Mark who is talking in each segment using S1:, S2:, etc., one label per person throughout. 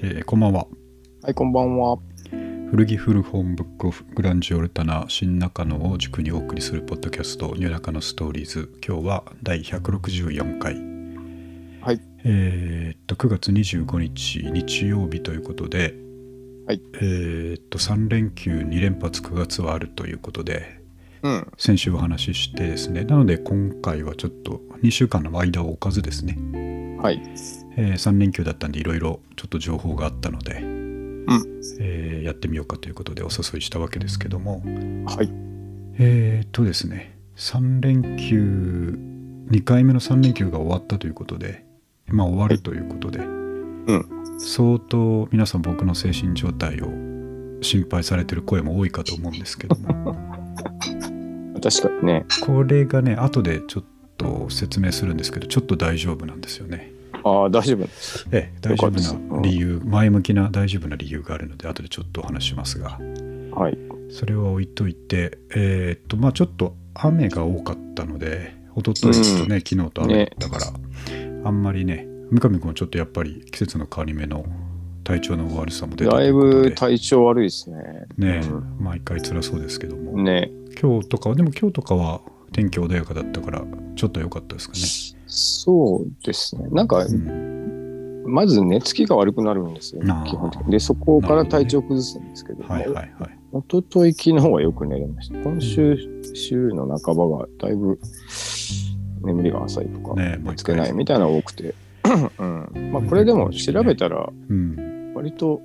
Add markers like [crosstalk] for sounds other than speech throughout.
S1: えーこんばんは。
S2: はい、こんばんは。
S1: 古着古本ブックオフグランジオルタナ新中野を軸にお送りするポッドキャスト「ニューナカのストーリーズ」今日は第164回
S2: はい
S1: えーっと9月25日日曜日ということで、
S2: はい
S1: えーっと3連休2連発9月はあるということで
S2: うん。
S1: 先週お話ししてですねなので今回はちょっと2週間の間を置かずですね、
S2: はい。
S1: え3連休だったんでいろいろちょっと情報があったので、えーやってみようかということでお誘いしたわけですけども
S2: はい。
S1: えー、っとですね3連休2回目の3連休が終わったということでまあ終わるということで、
S2: ん
S1: 相当皆さん僕の精神状態を心配されてる声も多いかと思うんですけども
S2: 確かにね。
S1: これがね後でちょっと説明するんですけどちょっと大丈夫なんですよね。
S2: ああ、大丈夫。
S1: ええ大
S2: よ
S1: 丈
S2: かったです
S1: 夫な理由前向きな大丈夫な理由があるので後でちょっとお話ししますが
S2: はい。
S1: それは置いといてえーっとまあちょっと雨が多かったので一昨日とね、昨日と雨だったから、あんまりね三上君はちょっとやっぱり季節の変わり目の体調の悪さも出たと
S2: だ
S1: い
S2: いう
S1: こと
S2: ぶ
S1: で
S2: 体調悪いですね。
S1: ね毎回辛そうですけども、
S2: うんね。
S1: 今日とかはでも今日とかは天気穏やかだったからちょっと良かったですかね。
S2: そうですね。なんか、
S1: うん
S2: まず寝つきが悪くなるんですよ、
S1: あー
S2: 基本的に。で、そこから体調崩すんですけど、
S1: はいはいはい。
S2: おととい、昨日はよく寝れました。今週、週の半ばがだいぶ眠りが浅いとか、
S1: ね毎
S2: つけ
S1: 回
S2: ないみたいなのが多くて、うん。まあ、これでも調べたら、
S1: うん
S2: 割と、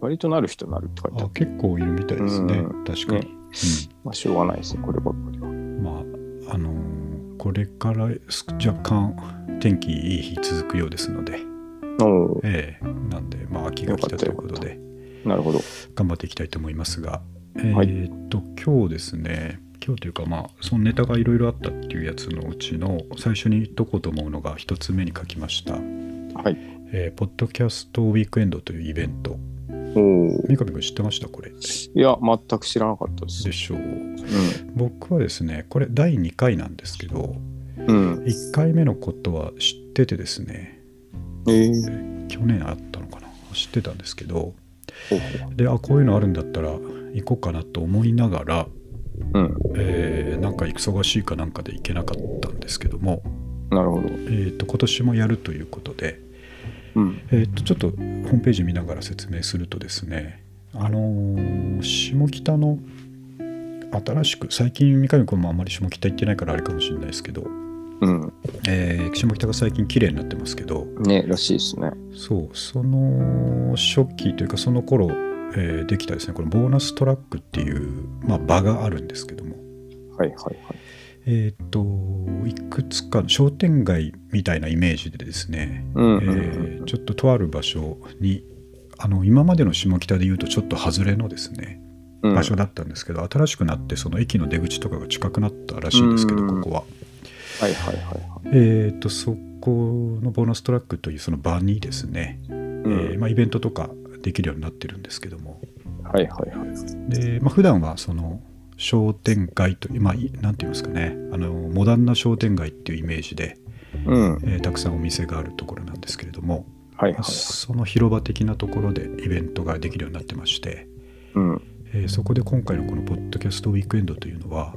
S2: 割となる人なるって書いてあ
S1: あ
S2: って、
S1: 結構いるみたいですね、
S2: うん
S1: 確かに、
S2: ねまあ、しょうがないですね、こればっかりは。
S1: うんまああのーこれからす若干天気いい日続くようですので、
S2: おー
S1: ええなんでまあ秋が来たということで
S2: なるほど。
S1: 頑張っていきたいと思いますがえ
S2: はい
S1: ーっと今日ですね今日というかまあそのネタがいろいろあったっていうやつのうちの最初に言っとこうと思うのが一つ目に書きました、
S2: はい。
S1: えーポッドキャストウィークエンドというイベント
S2: おお。
S1: 三上君知ってましたこれで
S2: いや、全く知らなかったです。
S1: しょう僕はですねこれ第2回なんですけど
S2: うん。うん。
S1: 1回目のことは知っててですね
S2: えー、
S1: 去年あったのかな知ってたんですけど
S2: ほうほ
S1: であこういうのあるんだったら行こうかなと思いながら、
S2: ううん。
S1: えーなんか忙しいかなんかで行けなかったんですけども、
S2: なるほど。
S1: えー、と今年もやるということで、
S2: うん。
S1: えー、とちょっとホームページ見ながら説明するとですねあのー下北の新しく最近三上君もあんまり下北行ってないからあれかもしれないですけど、
S2: うん。
S1: えー下北が最近綺麗になってますけど
S2: ね、らしいですね。
S1: そうその初期というかその頃、えーできたですねこのボーナストラックっていう、まあ、場があるんですけども
S2: はいはいはい。
S1: えっ、といくつか商店街みたいなイメージでですね、
S2: うん
S1: え
S2: う
S1: ー
S2: ん
S1: ちょっととある場所にあの今までの下北でいうとちょっと外れのですね
S2: うん。
S1: 場所だったんですけど、新しくなってその駅の出口とかが近くなったらしいんですけど、
S2: うん
S1: ここは。
S2: はいはいはいはい。
S1: えー、とそこのボーナストラックというその場にですね、
S2: う
S1: え
S2: ん
S1: ーまあ、イベントとかできるようになってるんですけども
S2: はいはいはい。
S1: で、まあ普段はその商店街という、まあ、いなんて言いますかねあのモダンな商店街っていうイメージで、
S2: うん。
S1: えーたくさんお店があるところなんですけれども、
S2: はい
S1: ま
S2: は
S1: あ
S2: い。
S1: その広場的なところでイベントができるようになってまして、
S2: うん。
S1: えーそこで今回のこのポッドキャストウィークエンドというのは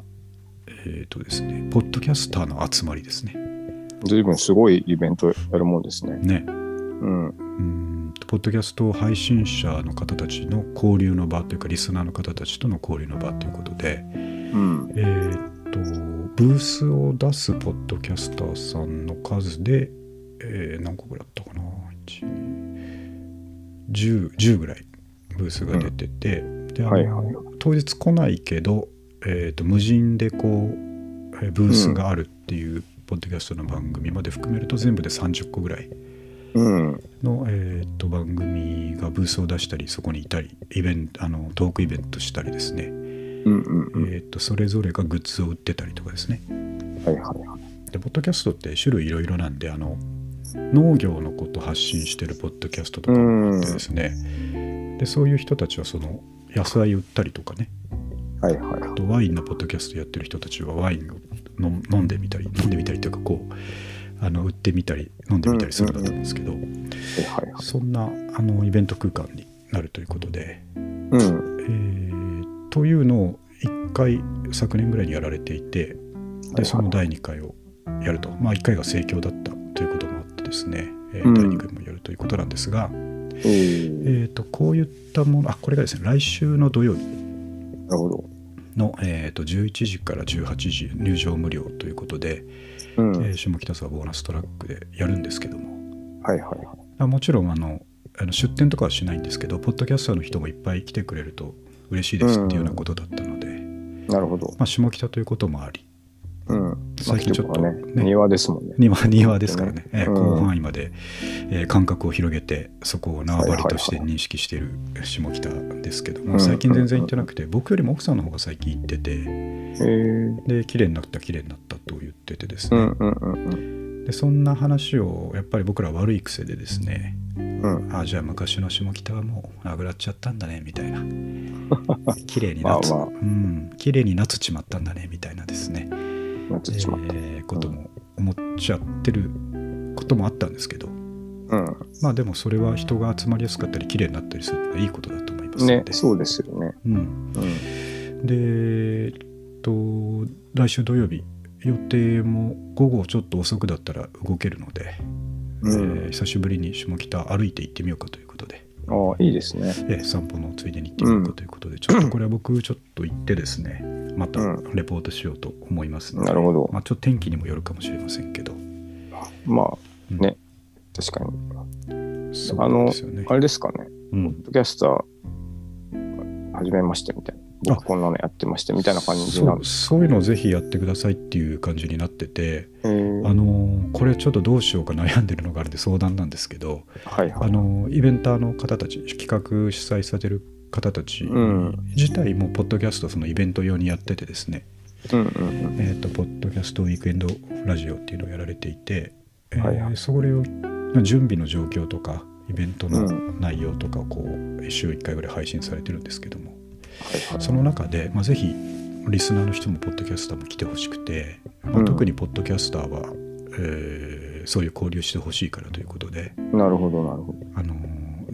S1: えっ、とですねポッドキャスターの集まりですね。
S2: ずいぶんすごいイベントやるもんですね。
S1: ね
S2: うん。
S1: うーんポッドキャスト配信者の方たちの交流の場というかリスナーの方たちとの交流の場ということで、
S2: うん。
S1: えーっとブースを出すポッドキャスターさんの数で、えー何個ぐらいあったかな1010ぐらいブースが出てて、であの
S2: はいはい
S1: 当日来ないけど、えーっと無人でこうえーブースがあるっていうポッドキャストの番組まで含めると全部で30個ぐらい。
S2: うん。
S1: の、えーっと番組がブースを出したりそこにいたりイベントあのトークイベントしたりですね、
S2: うんうん。
S1: えーっとそれぞれがグッズを売ってたりとかですね
S2: はいはいはい。
S1: でポッドキャストって種類いろいろなんであの農業のこと発信してるポッドキャストとかもあってですねでそういう人たちはその野菜売ったりとかね
S2: はいはいは
S1: あ
S2: い。
S1: とワインのポッドキャストやってる人たちはワインを飲飲んでみたり飲んでみたりというかこうあの売ってみたり飲んでみたりするんだと思うんですけど、
S2: はいはいはい。
S1: そんなあのイベント空間になるということで、
S2: うん
S1: え。ーというのを1回昨年ぐらいにやられていて
S2: はいは
S1: で
S2: い
S1: その第2回をやると、まあ、1回が盛況だったということもあってですね、えー
S2: うん
S1: 第2回もやるということなんですが、
S2: えー、
S1: えー、とこういったものあこれがですね来週の土曜日
S2: なるほど。
S1: の、えー、と11時から18時入場無料ということで、
S2: うん。
S1: えー下北沢ボーナストラックでやるんですけども
S2: はいはいはい。
S1: あもちろんあのあの出店とかはしないんですけどポッドキャスターの人もいっぱい来てくれると嬉しいですっていうようなことだったので、
S2: なるほど。
S1: まあ、下北ということもあり
S2: うん。
S1: 最近ちょっと
S2: まあ
S1: ね
S2: 結構ね、庭ですもんね。
S1: 庭庭ですからね、えー
S2: うん
S1: 広範囲まで、えー間隔を広げてそこを縄張りとして認識している下北ですけども、
S2: うん
S1: 最近全然行ってなくて僕よりも奥さんの方が最近行ってて
S2: えー、
S1: で綺麗になった綺麗になったと言っててです
S2: う
S1: ね、
S2: んうんうん
S1: でそんな話をやっぱり僕ら悪い癖でですね、
S2: うん。うん。
S1: あじゃあ昔の下北はもうなくなっちゃったんだねみたい
S2: [laughs]
S1: な綺麗になつ、
S2: まあまあ
S1: うん綺麗になつちまったんだねみたいなですね、
S2: なっちゃってしまった。
S1: えーことも思っちゃってることもあったんですけど
S2: う
S1: まあでもそれは人が集まりやすかったり綺麗になったりするのはいいことだと思いますの
S2: ん。
S1: で、
S2: ね、そうですよね。
S1: うん、
S2: うん。
S1: でえっと来週土曜日予定も午後ちょっと遅くだったら動けるので、
S2: うん
S1: えー久しぶりに下北歩いて行ってみようかということで
S2: ああ、いいですね。
S1: ええ散歩のついでに行ってみようかということで、ちょっとこれは僕ちょっと行ってですねまた
S2: う
S1: レポートしようと思いますので、
S2: なるほど。
S1: まあ、ちょっと天気にもよるかもしれませんけど、
S2: まあ
S1: うん
S2: ね、確かに。
S1: そうなんですよね
S2: あれですかね、
S1: うん
S2: ポッドキャスター始めましてみたいな。
S1: あ
S2: 僕こんなのやってましてみたいな感じな
S1: そ
S2: ん
S1: う
S2: です。
S1: そういうのをぜひやってくださいっていう感じになってて、
S2: へー
S1: あのーこれちょっとどうしようか悩んでるのがあるんで相談なんですけど、
S2: はいは
S1: あ
S2: い。
S1: のーイベンターの方たち企画主催されてる方たち
S2: うん
S1: 自体もポッドキャストそのイベント用にやっててですね、
S2: うんうん
S1: えー、とポッドキャストウィークエンドラジオっていうのをやられていて、えー
S2: はいはい
S1: それを準備の状況とかイベントの
S2: う
S1: 内容とかをこう週1回ぐらい配信されてるんですけども
S2: はいはい
S1: その中で、まあ、ぜひリスナーの人もポッドキャスターも来てほしくて、まあ
S2: うん
S1: 特にポッドキャスターは、えーそういう交流してほしいからということで、
S2: なるほど、なるほ
S1: あのー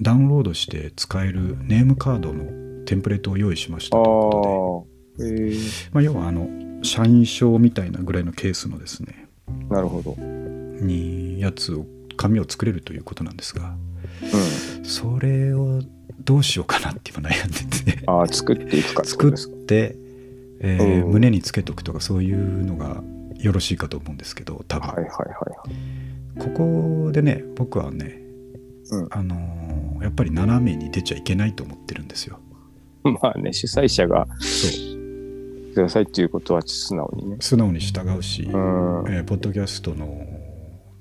S1: ダウンロードして使えるネームカードのテンプレートを用意しましたということで。
S2: ど。ああ、えー、
S1: まあ、要はあの社員証みたいなぐらいのケースのですね
S2: なるほど。
S1: にやつを紙を作れるということなんですが
S2: うん。
S1: それをどうしようかなって今悩んでて
S2: ああ、作っていくかってこ
S1: 作
S2: と
S1: っ
S2: ですか。
S1: て、えー
S2: うん
S1: 胸につけとくとかそういうのがよろしいかと思うんですけど多分、
S2: はいはいはいはい。
S1: ここでね僕はね、
S2: うん
S1: あのーやっぱり斜めに出ちゃいけないと思ってるんですよ。
S2: [laughs] まあね、主催者が
S1: そう
S2: くださいっていうことは素直にね。
S1: 素直に従うし、
S2: うん。はい
S1: えーポッドキャストの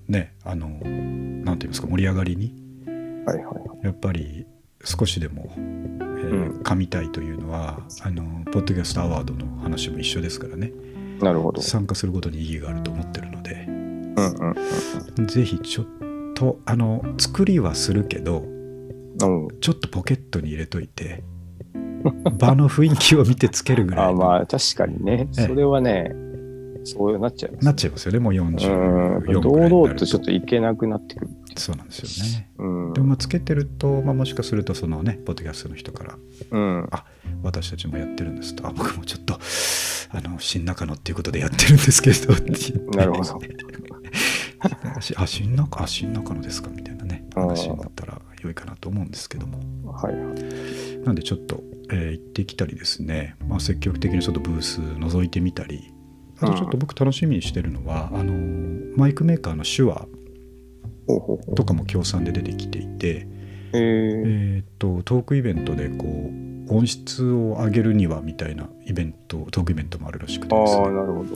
S1: ねあのなんていうんですか盛り上がりに
S2: はいは
S1: やっぱり少しでも、えー噛みたいというのはあのポッドキャストアワードの話も一緒ですからね
S2: い。なるほど。
S1: 参加することに意義があると思ってるので
S2: うんうん
S1: ぜひちょっとあの作りはするけど
S2: うん。うん
S1: ちょっとポケットに入れといて [laughs] 場の雰囲気を見てつけるぐら
S2: あ
S1: い
S2: ま
S1: の
S2: あ確かにね、
S1: ええ
S2: それはね、そうなっちゃいます。
S1: なっちゃいますよねもう
S2: うん、
S1: 44ぐら
S2: 堂
S1: いにな
S2: 々
S1: る
S2: とちょっといけなくなってくる。
S1: そうなんですよね。
S2: うん
S1: で。もまあつけてると、まあ、もしかするとそのねポッドキャストの人から
S2: うん、
S1: 私たちもやってるんですとあ僕もちょっとあの新中野っていうことでやってるんですけど
S2: なるほど
S1: し [laughs] あ新中あ新中野ですかみたいなね
S2: あー
S1: 話になったら良いかなと思うんですけども
S2: はいはい。
S1: なんでちょっと、えー行ってきたりですね、まあ、積極的にちょっとブース覗いてみたりあとちょっと僕楽しみにしてるのは、あのマイクメーカーの手話
S2: ほうほうほう。
S1: とかも協賛で出てきていて、
S2: え
S1: え
S2: ー、
S1: ーっとトークイベントでこう音質を上げるにはみたいなイベントトークイベントもあるらしく
S2: あ
S1: てですね
S2: あ、なるほど。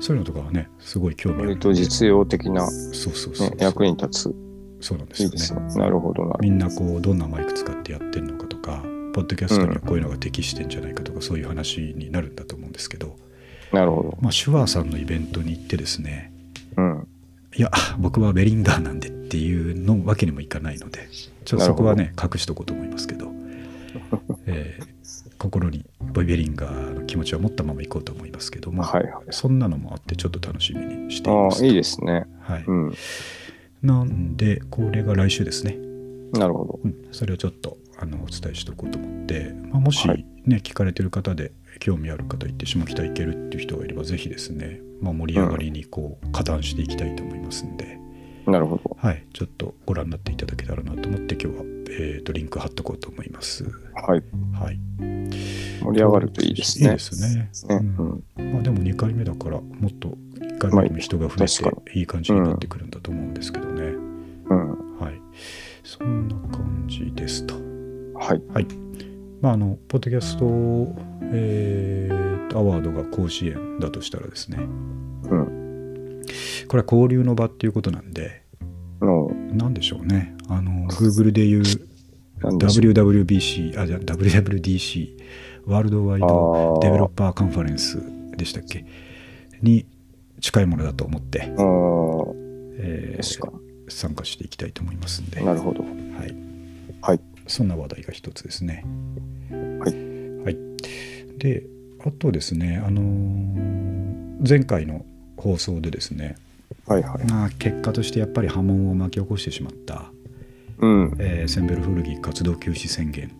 S1: そういうのとかはね、すごい興味ある
S2: 割。と実用的な、ね、
S1: そうそうそう。
S2: 役に立
S1: そうなんで
S2: つ。
S1: す
S2: い
S1: よ
S2: いです
S1: ね。
S2: ね。なるほどなる
S1: みんなこう、どんなマイク使ってやってるのかとか、ポッドキャストにはこういうのが適してんじゃないかとか、そういう話になるんだと思うんですけど、
S2: なるほど。
S1: まあ、シュワーさんのイベントに行ってですね、
S2: うん。
S1: いや、僕はベリンガーなんでっていうのわけにもいかないので、ちょっとそこはね、隠しとこうと思いますけど、えー心にボイベリンガーの気持ちは持ったまま行こうと思いますけども、
S2: はいはい。
S1: そんなのもあって、ちょっと楽しみにしてい
S2: あ
S1: ます
S2: あ、いいですね。
S1: はい。
S2: うん。
S1: なんで、これが来週ですね。
S2: なるほど。
S1: うん、それをちょっとあのお伝えしておこうと思って、まあ、もし、ね
S2: はい
S1: 聞かれてる方で興味ある方いて下北行けるっていう人がいればぜひですね、まあ、盛り上がりにこう加担していきたいと思いますんで、
S2: なるほど。
S1: はい、ちょっとご覧になっていただけたらなと思って今日は、えー、とリンク貼っとこうと思います。
S2: はい。
S1: はい、
S2: 盛り上がるといいですね。
S1: いいですね。
S2: ね
S1: う
S2: うんん。
S1: まあ、でも2回目だからもっと1回目よりも人が増
S2: ま
S1: え
S2: あ確か
S1: ていい感じになってくるんだと思うんですけどね。
S2: うん。
S1: はい、そんな感じですと。
S2: はい。
S1: まあ、あのポッドキャスト、えーとアワードが甲子園だとしたらですね
S2: うん。
S1: これは交流の場っていうことなんで
S2: の、
S1: なんでしょうねあの Google でいう
S2: なんでしょう
S1: WWBC あじゃあ WWDC ワールドワイドデベロッパーカンファレンスでしたっけに近いものだと思って、
S2: あー
S1: えー
S2: 確か
S1: 参加していきたいと思いますんで。
S2: なるほど。
S1: はい。
S2: はい
S1: そんな話題が一つですね。
S2: はい
S1: はい。で、あとですね、あのー前回の放送でですね、
S2: はいはい。
S1: まあ、結果としてやっぱり波紋を巻き起こしてしまった、
S2: うん。
S1: えーセンベルフルギ活動休止宣言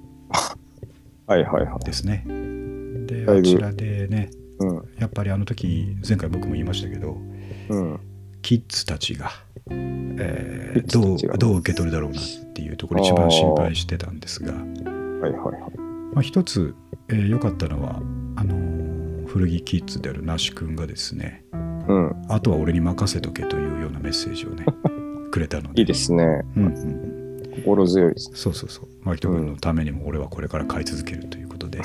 S2: はいはいはい。
S1: ですね。で、
S2: だい
S1: あ
S2: ぶ
S1: ちらでね、
S2: うん。
S1: やっぱりあの時、前回僕も言いましたけど、
S2: うん。
S1: キッズたちが、えー
S2: キッ
S1: どう
S2: ズたちが
S1: どう受け取るだろうなっていうところ一番心配してたんですが、
S2: はいはいはい。
S1: まあ、一つ良、えー良かったのはあのー古着キッズである那須君がですね
S2: うん。
S1: あとは俺に任せとけというようなメッセージ
S2: [laughs]
S1: をねくれたので
S2: いいですね。
S1: うんうんうん、
S2: 心強いです。
S1: そうそうそう牧人君のためにも俺はこれから買い続けるということで、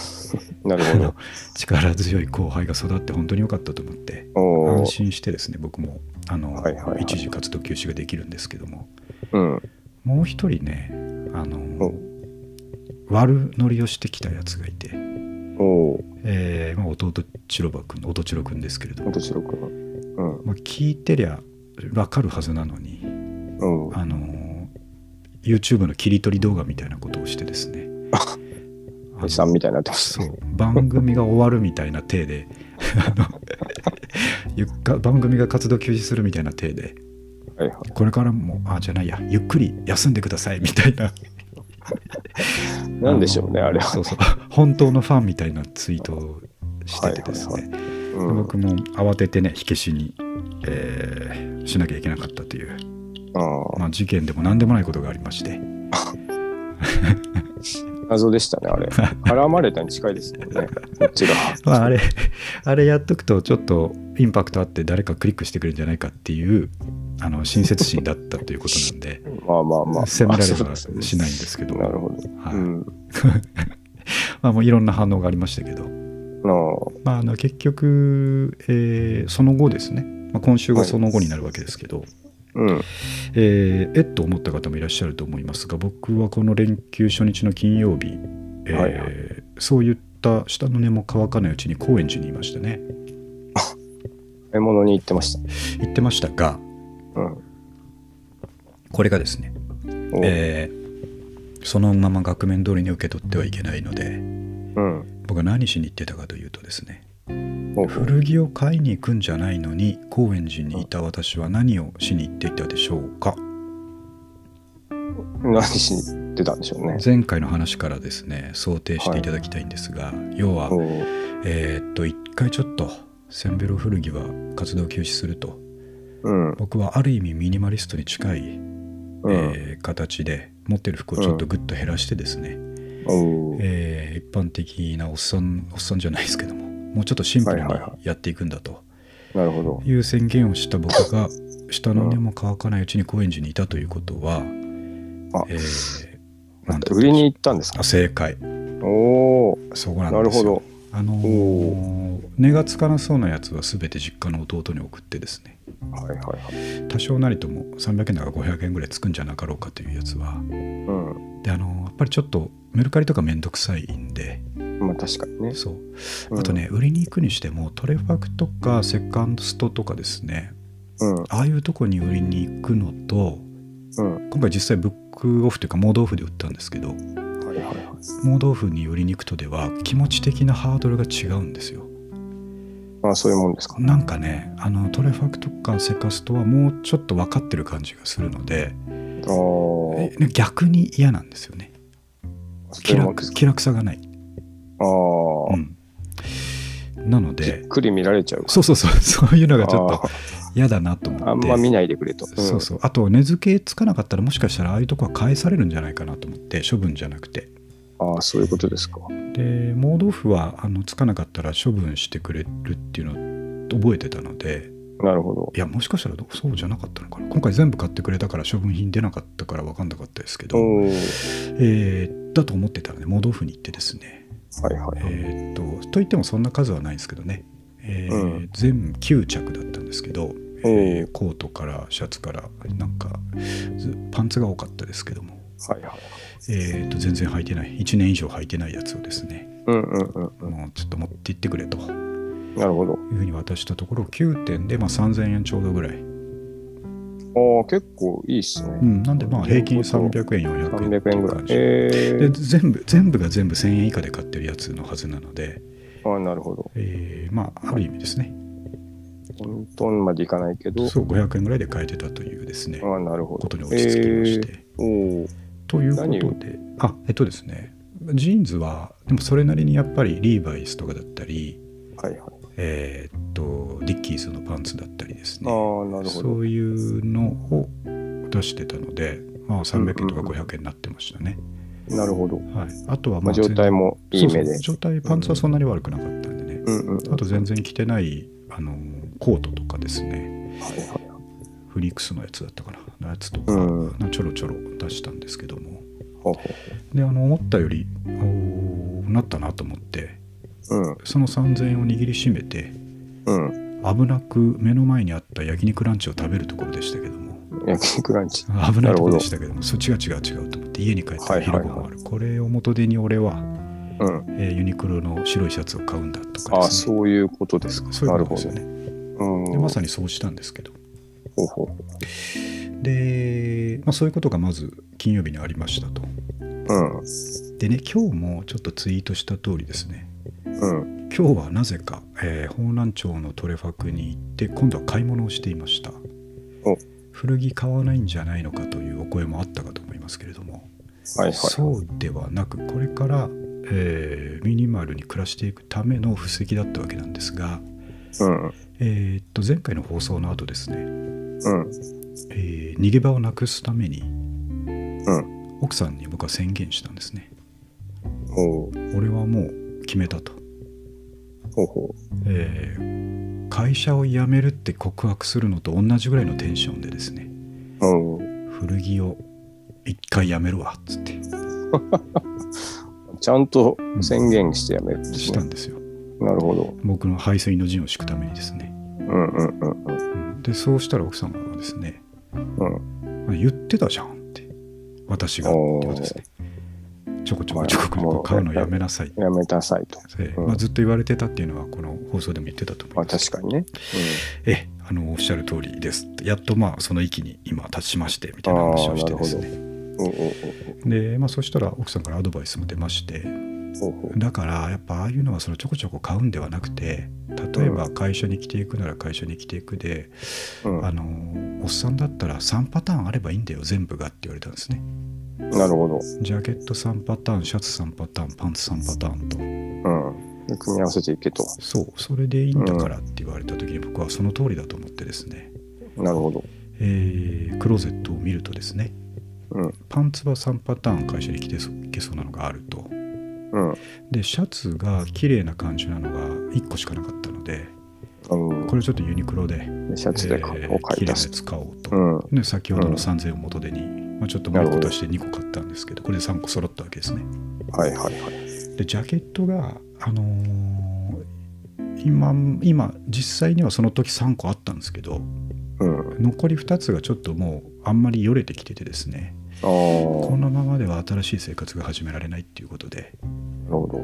S2: なる
S1: あ
S2: ほ
S1: の力強い後輩が育って本当に良かったと思って
S2: ど。お
S1: 安
S2: ー
S1: 心してですね僕もあの、
S2: はいはいはい
S1: 一時活動休止ができるんですけども
S2: うん。
S1: もう一人ねあの
S2: お
S1: 悪乗りをしてきたやつがいて、
S2: おー。
S1: えーまあ、弟チロバ君の弟チロ君ですけれども
S2: 本当白くうん。
S1: まあ、聞いてりゃ分かるはずなのに、
S2: うん。
S1: あのー YouTube の切り取り動画みたいなことをしてですねあ
S2: お
S1: の
S2: じさんみたいになってます
S1: そ
S2: ね。
S1: う番組が終わるみたいな体で [laughs] あのゆっか番組が活動休止するみたいな体で
S2: はいはい。
S1: これからもあじゃないやゆっくり休んでくださいみたいな
S2: なんでしょうね、
S1: の
S2: あれ
S1: そ
S2: は。
S1: うそう本当のファンみたいなツイートをしててですね、
S2: はいうん。
S1: 僕も慌ててね火消しに、えーしなきゃいけなかったという、
S2: あ
S1: まあ、事件でも何でもないことがありまして
S2: ー謎でしたね、
S1: [laughs]
S2: あれ。絡まれたに近いですもんね。こっちが。
S1: まあ、あれ [laughs] あれやっとくとちょっとインパクトあって誰かクリックしてくれるんじゃないかっていうあの親切心だったということなん [laughs] で
S2: まあまあまあ。
S1: 責められ
S2: あ
S1: は
S2: そうです
S1: しないんですけど
S2: なるほど。
S1: はい
S2: うん。
S1: まあ、もういろんな反応がありましたけど、
S2: の
S1: まあ、あの結局、えーその後ですね、まあ、今週がその後になるわけですけど、
S2: うん。
S1: えーえっと思った方もいらっしゃると思いますが僕はこの連休初日の金曜日、えー
S2: はいはい
S1: そういった下の根も乾かないうちに高円寺にいましたね
S2: 買い物に行ってました。
S1: 行ってましたが
S2: うん。
S1: これがですね、
S2: お
S1: えーそのまま額面通りに受け取ってはいけないので
S2: うん。
S1: 僕は何しに行ってたかというとですね
S2: お
S1: 古着を買いに行くんじゃないのに高円寺にいた私は何をしに行っていたでしょうか
S2: 何しに行ってたんでしょうね。
S1: 前回の話からですね想定していただきたいんですが、要は
S2: おー
S1: えーっと一回ちょっとセンベロ古着は活動休止すると
S2: うん。
S1: 僕はある意味ミニマリストに近い、
S2: うん。
S1: えー形で持ってる服をちょっとぐっと減らしてですね、
S2: おー
S1: えー一般的なおっさんおっさんじゃないですけどももうちょっとシンプルに
S2: はいはいは
S1: やっていくんだと
S2: なるほど。
S1: いう宣言をした僕が下の根も乾かないうちに高円寺にいたということは、
S2: あ
S1: えーなんて言うんでしょう
S2: 売りに行ったんですか
S1: あ正解
S2: おお
S1: そこなんですよ
S2: なるほど。
S1: あのー
S2: お
S1: 根がつかなそうなやつは全て実家の弟に送ってですね
S2: はいはいはい。
S1: 多少なりとも300円だか500円ぐらいつくんじゃなかろうかというやつは
S2: う
S1: であのーやっぱりちょっとメルカリとかめんどくさいんで
S2: ん。まあ確かにね。
S1: そう
S2: うん
S1: あと。ね、売りに行くにしてもトレファクとかセカンドストとかですね
S2: うん。
S1: ああいうとこに売りに行くのと
S2: うん。
S1: 今回実際ブックオフというか盲豆腐で売ったんですけど
S2: はいはいはい。
S1: 盲豆腐に売りに行くとでは気持ち的なハードルが違うんですよ
S2: ああそういうもんですかね。
S1: なんかねあのトレファクトかセカストはもうちょっと分かってる感じがするので、
S2: ああ、そ
S1: え逆に嫌なんですよね
S2: うい
S1: 気
S2: うもんで
S1: 楽
S2: すか。
S1: 気楽さがない、
S2: ああ、
S1: うん、なの
S2: じ
S1: で
S2: っくり見られちゃうか
S1: そうそうそうそういうのがちょっ
S2: あ
S1: と嫌だなと思って
S2: あんま見ないでくれと。ん
S1: そうそうあと根付けつかなかったらもしかしたらああいうとこは返されるんじゃないかなと思って処分じゃなくて
S2: ああ、そういうことですか。
S1: で盲豆腐はあのつかなかったら処分してくれるっていうのを覚えてたので
S2: なるほど。
S1: いやもしかしたらどそうじゃなかったのかな今回全部買ってくれたから処分品出なかったから分かんなかったですけど、
S2: うん。は
S1: え
S2: い
S1: ーだと思ってたらね盲豆腐に行ってですね
S2: はいはい。
S1: えーっとといってもそんな数はないんですけどね、えー
S2: うん
S1: 全9着だったんですけど、
S2: おー
S1: えーコートからシャツからなんかずパンツが多かったですけども、
S2: はいはい。
S1: えーっと全然履いてない1年以上履いてないやつをですね
S2: うんうんうんう。
S1: もうちょっと持って行ってくれというん
S2: なるほど。
S1: ふうに渡したところ9点で、まあ、3000円ちょうどぐらい、う
S2: ああ、結構いいっすね。
S1: ん、なんでまあ平均
S2: そう
S1: 300円400円って
S2: 300
S1: い
S2: 円
S1: う
S2: ぐらい
S1: 感。じ
S2: え
S1: で
S2: え
S1: 全部全部が全部1000円以下で買ってるやつのはずなので、
S2: ああ、なるほど。
S1: えーまあある意味ですね
S2: 本当までいかないけど。
S1: そう500円ぐらいで買えてたというですね、
S2: ああ、なるほど。
S1: ことに落ち着きまして。
S2: えー、おお。
S1: ということで、あえっとですね、ジーンズは、でもそれなりにやっぱりリーバイスとかだったり、
S2: はいはい。
S1: えーっと、ディッキーズのパンツだったりです
S2: あ
S1: ね、、
S2: あなるほ
S1: そ
S2: ど。
S1: ういうのを出してたので、まあ、300円とか
S2: うんうん
S1: 500円になってましたね。
S2: なるほど。
S1: はい、あとは
S2: ま
S1: ま
S2: あ、
S1: あ、
S2: 状態もいい目で。
S1: そうそう状態、パンツはそんなに悪くなかったんでね、
S2: うんうん。
S1: あと全然着てないあのコートとかですね、
S2: はいは
S1: フリークスのやつだったかな、のやつとか、
S2: うん
S1: なちょろちょろ出したんですけども。
S2: い。ほうほ
S1: であの思ったよりおーなったなと思って
S2: ううん
S1: その3,000円を握りしめて
S2: うん。
S1: 危なく目の前にあった焼肉ランチを食べるところでしたけども
S2: 焼肉ランチ。
S1: 危な
S2: ないる
S1: とこ
S2: ほ
S1: ろで
S2: ど
S1: したけどもそっちが違う違うと思って家に帰ったら
S2: はいはいは
S1: 昼
S2: い
S1: ごはんあるこれを元手に俺は、
S2: うん。
S1: えーユニクロの白いシャツを買うんだとか
S2: ああ、
S1: ですね
S2: そういうことですか。
S1: そうい
S2: な
S1: う
S2: る
S1: こと
S2: ほ
S1: です
S2: ど
S1: よ。ね
S2: うん。
S1: でまさにそうしたんですけど
S2: ほうほう。
S1: で、まあ、そういうことがまず金曜日にありましたと
S2: うん。
S1: でね今日もちょっとツイートした通りですね
S2: うん。
S1: 今日はなぜか、えー、方南町のトレファクに行って今度は買い物をしていました
S2: お
S1: 古着買わないんじゃないのかというお声もあったかと思いますけれども、
S2: はいはい。
S1: そうではなくこれから、えーミニマルに暮らしていくための布石だったわけなんですが、
S2: うん。
S1: えーっと前回の放送の後ですね、
S2: うん。
S1: えー逃げ場をなくすために
S2: うん。
S1: 奥さんに僕は宣言したんですね
S2: ほう。
S1: 俺はもう決めたと、
S2: ほうほ
S1: えー会社を辞めるって告白するのと同じぐらいのテンションでですね
S2: う。うん。
S1: 古着を一回やめるわっつって
S2: ちゃんと宣言してやめるんです
S1: した
S2: ね。
S1: んですよ
S2: なるほど。
S1: 僕の排水の陣を敷くためにですね、
S2: うんうんうんうん。
S1: うんでそうしたら奥様がですね
S2: うん。
S1: 「言ってたじゃん」って私がって
S2: おー
S1: ことですねちょこちょこちょこちょこ買うのやめなさいって、
S2: やめなさいと。うん
S1: まあ、ずっと言われてたっていうのはこの放送でも言ってたと思
S2: ま
S1: い
S2: あ
S1: ます
S2: 確かにね。
S1: ええあのおっしゃる通りですってやっとまあその域に今達しましてみたいな話をしてですね
S2: うん。おうおう
S1: で、まあ、そしたら奥さんからアドバイスも出まして
S2: おうほうほ
S1: だからやっぱああいうのはそのちょこちょこ買うんではなくて例えば会社に着ていくなら会社に着ていくで、
S2: う。うん
S1: あ。のおっさんだったら3パターンあればいいんだよ全部がって言われたんですね
S2: なるほど。
S1: ジャケット3パターンシャツ3パターンパンツ3パターンと
S2: うん。で組み合わせていけと。
S1: そうそれでいいんだからって言われた時に僕はその通りだと思ってですね、
S2: なるほど。
S1: えークローゼットを見るとですね
S2: うん。
S1: パンツは3パターン会社に着てそいけそうなのがあると
S2: うん。
S1: でシャツが綺麗な感じなのが1個しかなかったので
S2: うん
S1: これちょっとユニクロで
S2: シャツで
S1: え
S2: を
S1: ー
S2: 買
S1: 綺麗
S2: い出
S1: なや
S2: す。
S1: つ買おうと、
S2: うん。
S1: で先ほど
S2: う
S1: の
S2: ん
S1: 3000円を元手に、まあ、ちょっともう1個
S2: なるほど
S1: 出して2個買ったんですけどこれで3個揃ったわけですね
S2: はいはいはい。
S1: でジャケットがあのー今今実際にはその時3個あったんですけど
S2: うん。
S1: 残り2つがちょっともうあんまりよれてきててですね
S2: ああ。な
S1: このままでは新しい生活が始められないっていうことで
S2: るほど。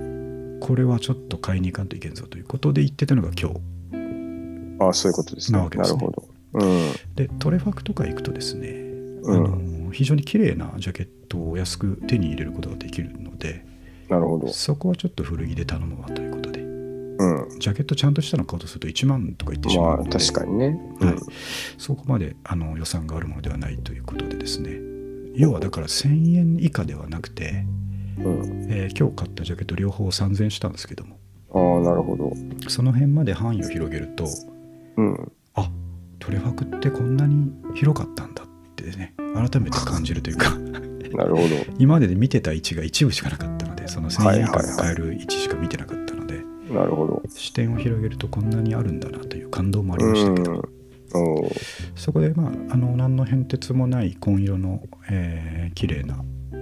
S1: これはちょっと買いに行かんといけんぞということで言ってたのが今日
S2: ああ、そういうことですね。
S1: なわけですね
S2: るほど。うん。
S1: でトレファクとか行くとですね
S2: う
S1: あ
S2: ん。
S1: の非常に綺麗なジャケットを安く手に入れることができるので
S2: なるほど。
S1: そこはちょっと古着で頼むわということで、
S2: うん。
S1: ジャケットちゃんとしたの買おうとすると1万とか言ってし
S2: ま
S1: ま
S2: あ
S1: うので、
S2: 確かにね。
S1: はいそこまであの予算があるものではないということでですね要はだから1000円以下ではなくて、
S2: うん。
S1: えー今日買ったジャケット両方3000円したんですけども
S2: うん、ああ、なるほど。
S1: その辺まで範囲を広げると
S2: うん。
S1: あトレファクってこんなに広かったんだってね改めて感じるというか [laughs]
S2: なるほど。
S1: 今までで見てた位置が一部しかなかったのでその1000円以下
S2: はいはいは
S1: で
S2: い
S1: 買える位置しか見てなかったので、
S2: なるほど。
S1: 視点を広げるとこんなにあるんだなという感動もあり
S2: う
S1: ました
S2: ん
S1: けど、。
S2: おー
S1: そこでまああの何の変哲もない紺色の、えー綺麗な
S2: う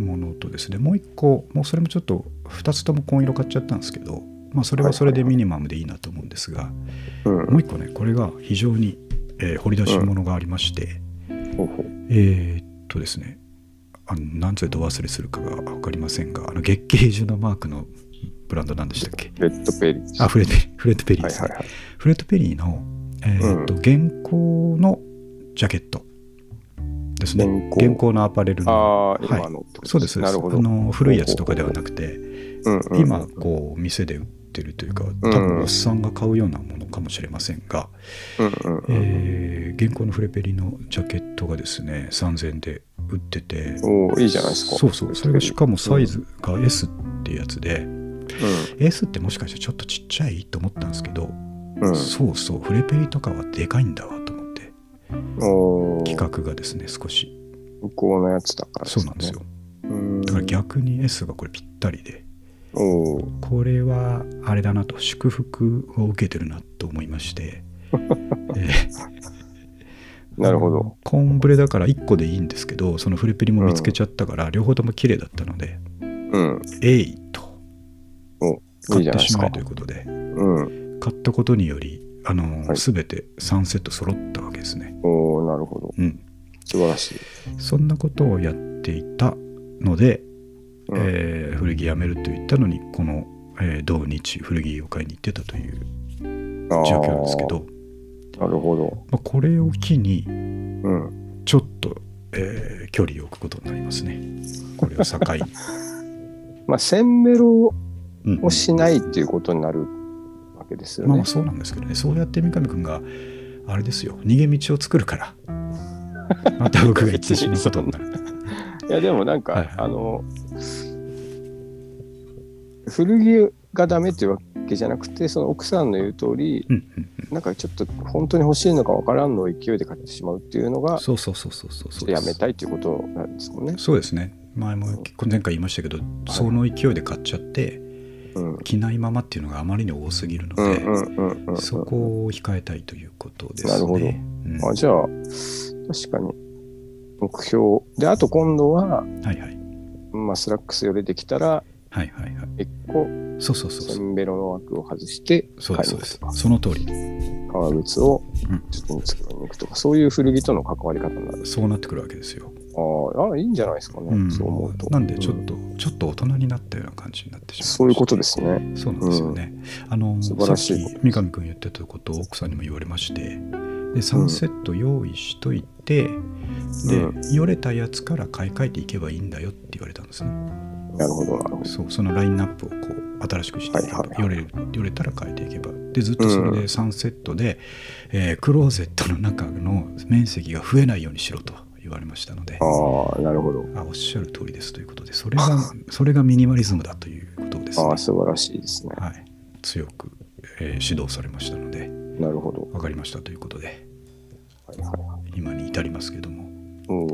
S2: ん。
S1: ものとですねもう一個もうそれもちょっと2つとも紺色買っちゃったんですけど、まあ、それはそれでミニマムでいいなと思うんですが、
S2: うん。
S1: もう一個ねこれが非常に、えー掘り出し物がありまして、
S2: ほうほう。
S1: えーっとですねあのなんつうと忘れするかが分かりませんがあの月桂樹のマークのブランドなんでしたっけ
S2: レッドペリー。
S1: あフレッドペリーフレッドペリー
S2: は
S1: で
S2: い
S1: すね、
S2: はいはい。
S1: フレッド・ペリーの、えーっと原稿のジャケットですね
S2: 原稿
S1: 原稿のアパレルの
S2: ああ、
S1: はい
S2: 今のってこと
S1: そうですそうで
S2: な
S1: す
S2: る
S1: あ
S2: ほど。
S1: の古いやつとかではなくて
S2: うんうん
S1: 今こう店で売ってるというか多分おっさんが買うようなものかもしれませんが、
S2: うんうんうん。
S1: えー現行のフレペリのジャケットがですね3000円で売ってて
S2: おーいいじゃないですか。
S1: そうそうそれがしかもサイズが S ってやつで、S ってもしかしてちょっとちっちゃいと思ったんですけど、
S2: うん。うん。
S1: そうそうフレペリとかはでかいんだわと思って
S2: おー
S1: 企画がですね少し
S2: 向こうのやつだから、
S1: そうなんですよ。
S2: うん。
S1: だから逆に S がこれぴったりで
S2: おー
S1: これはあれだなと祝福を受けてるなと思いま
S2: [laughs]
S1: して、えー
S2: なるほど。
S1: コンブレだから1個でいいんですけどそのフレペリも見つけちゃったから両方とも綺麗だったので、
S2: うん。
S1: えいと
S2: いい
S1: 買
S2: じ
S1: って
S2: ゃないです
S1: しま
S2: か
S1: えとい。うことで
S2: うん。
S1: 買ったことによりあのー、
S2: はい
S1: 全て3セット揃ったわけですね
S2: おーなるほど。
S1: うん
S2: 素晴らしい。
S1: そんなことをやっていたので、
S2: うん
S1: えー古着やめると言ったのにこの、えー同日古着を買いに行ってたという
S2: あー
S1: 状況なんですけ。ど
S2: なるほど。
S1: まあ、これを機に
S2: うん。
S1: ちょっと、えー距離を置くことになりますねこれを境
S2: [laughs]
S1: に、
S2: まあ、センメロ
S1: うん
S2: をしないっていうことになるわけですよ
S1: まあ
S2: ね
S1: まあ。そうなんですけどねそうやって三上君があれですよ逃げ道を作る
S2: [laughs]
S1: からまた僕が言って死ぬことになる
S2: いや、でもなんか、
S1: はいはい
S2: あの、古着がダメっていうわけじゃなくて、その奥さんの言う通り、
S1: うんうん
S2: なんかちょっと本当に欲しいのかわからんのを勢いで買ってしまうっていうのが、
S1: そうそうそうそうそうそうで
S2: や
S1: す
S2: めたいっていうことなんですもんね。
S1: そうですね前も前回言いましたけど、その勢いで買っちゃって
S2: うん。
S1: 着ないままっていうのがあまりに多すぎるので、
S2: うんうんうんうん。
S1: そこを控えたいということですね
S2: なるほど
S1: うん
S2: あじゃあ、確かに、目標。で、あと今度は、
S1: はいはい
S2: まあ、スラックスよりできたら、
S1: はいはいはい
S2: 一個、
S1: そうそうそう
S2: セ
S1: そう
S2: ンベロの枠を外して、
S1: そうですそうです
S2: 買いに行くとか
S1: その通り
S2: 革靴を
S1: うん
S2: ちょっと見つけに行くとか、そういう古着との関わり方になる。
S1: そうなってくるわけですよ、
S2: あああ、いいんじゃないですかね、
S1: うん、
S2: そう思うと。
S1: なんでちょ
S2: う
S1: っと、ちょっと大人になったような感じになってしま
S2: そういうことですすね。
S1: そうなんですよね。あの
S2: 素晴らしい
S1: さっき三上君言ってたことを奥さんにも言われましてで3セット用意しといて、で、
S2: う
S1: よれたやつから買い替えていけばいいんだよって言われたんですね。
S2: なるほど、なるほど。
S1: そうそのラインナップをこう新しくしていけば、
S2: はいはい
S1: よれよれたら変えていけばでずっとそれで3セットで、えークローゼットの中の面積が増えないようにしろと言われましたので。
S2: ああ、なるほど。
S1: あおっしゃる通りですということでそれがそれがミニマリズムだということをですね
S2: ああ、素晴らしいですね。
S1: はい、強く、えー指導されましたので
S2: なるほど。
S1: 分かりましたということで
S2: はいはいはい。
S1: 今に至りますけども、
S2: うん。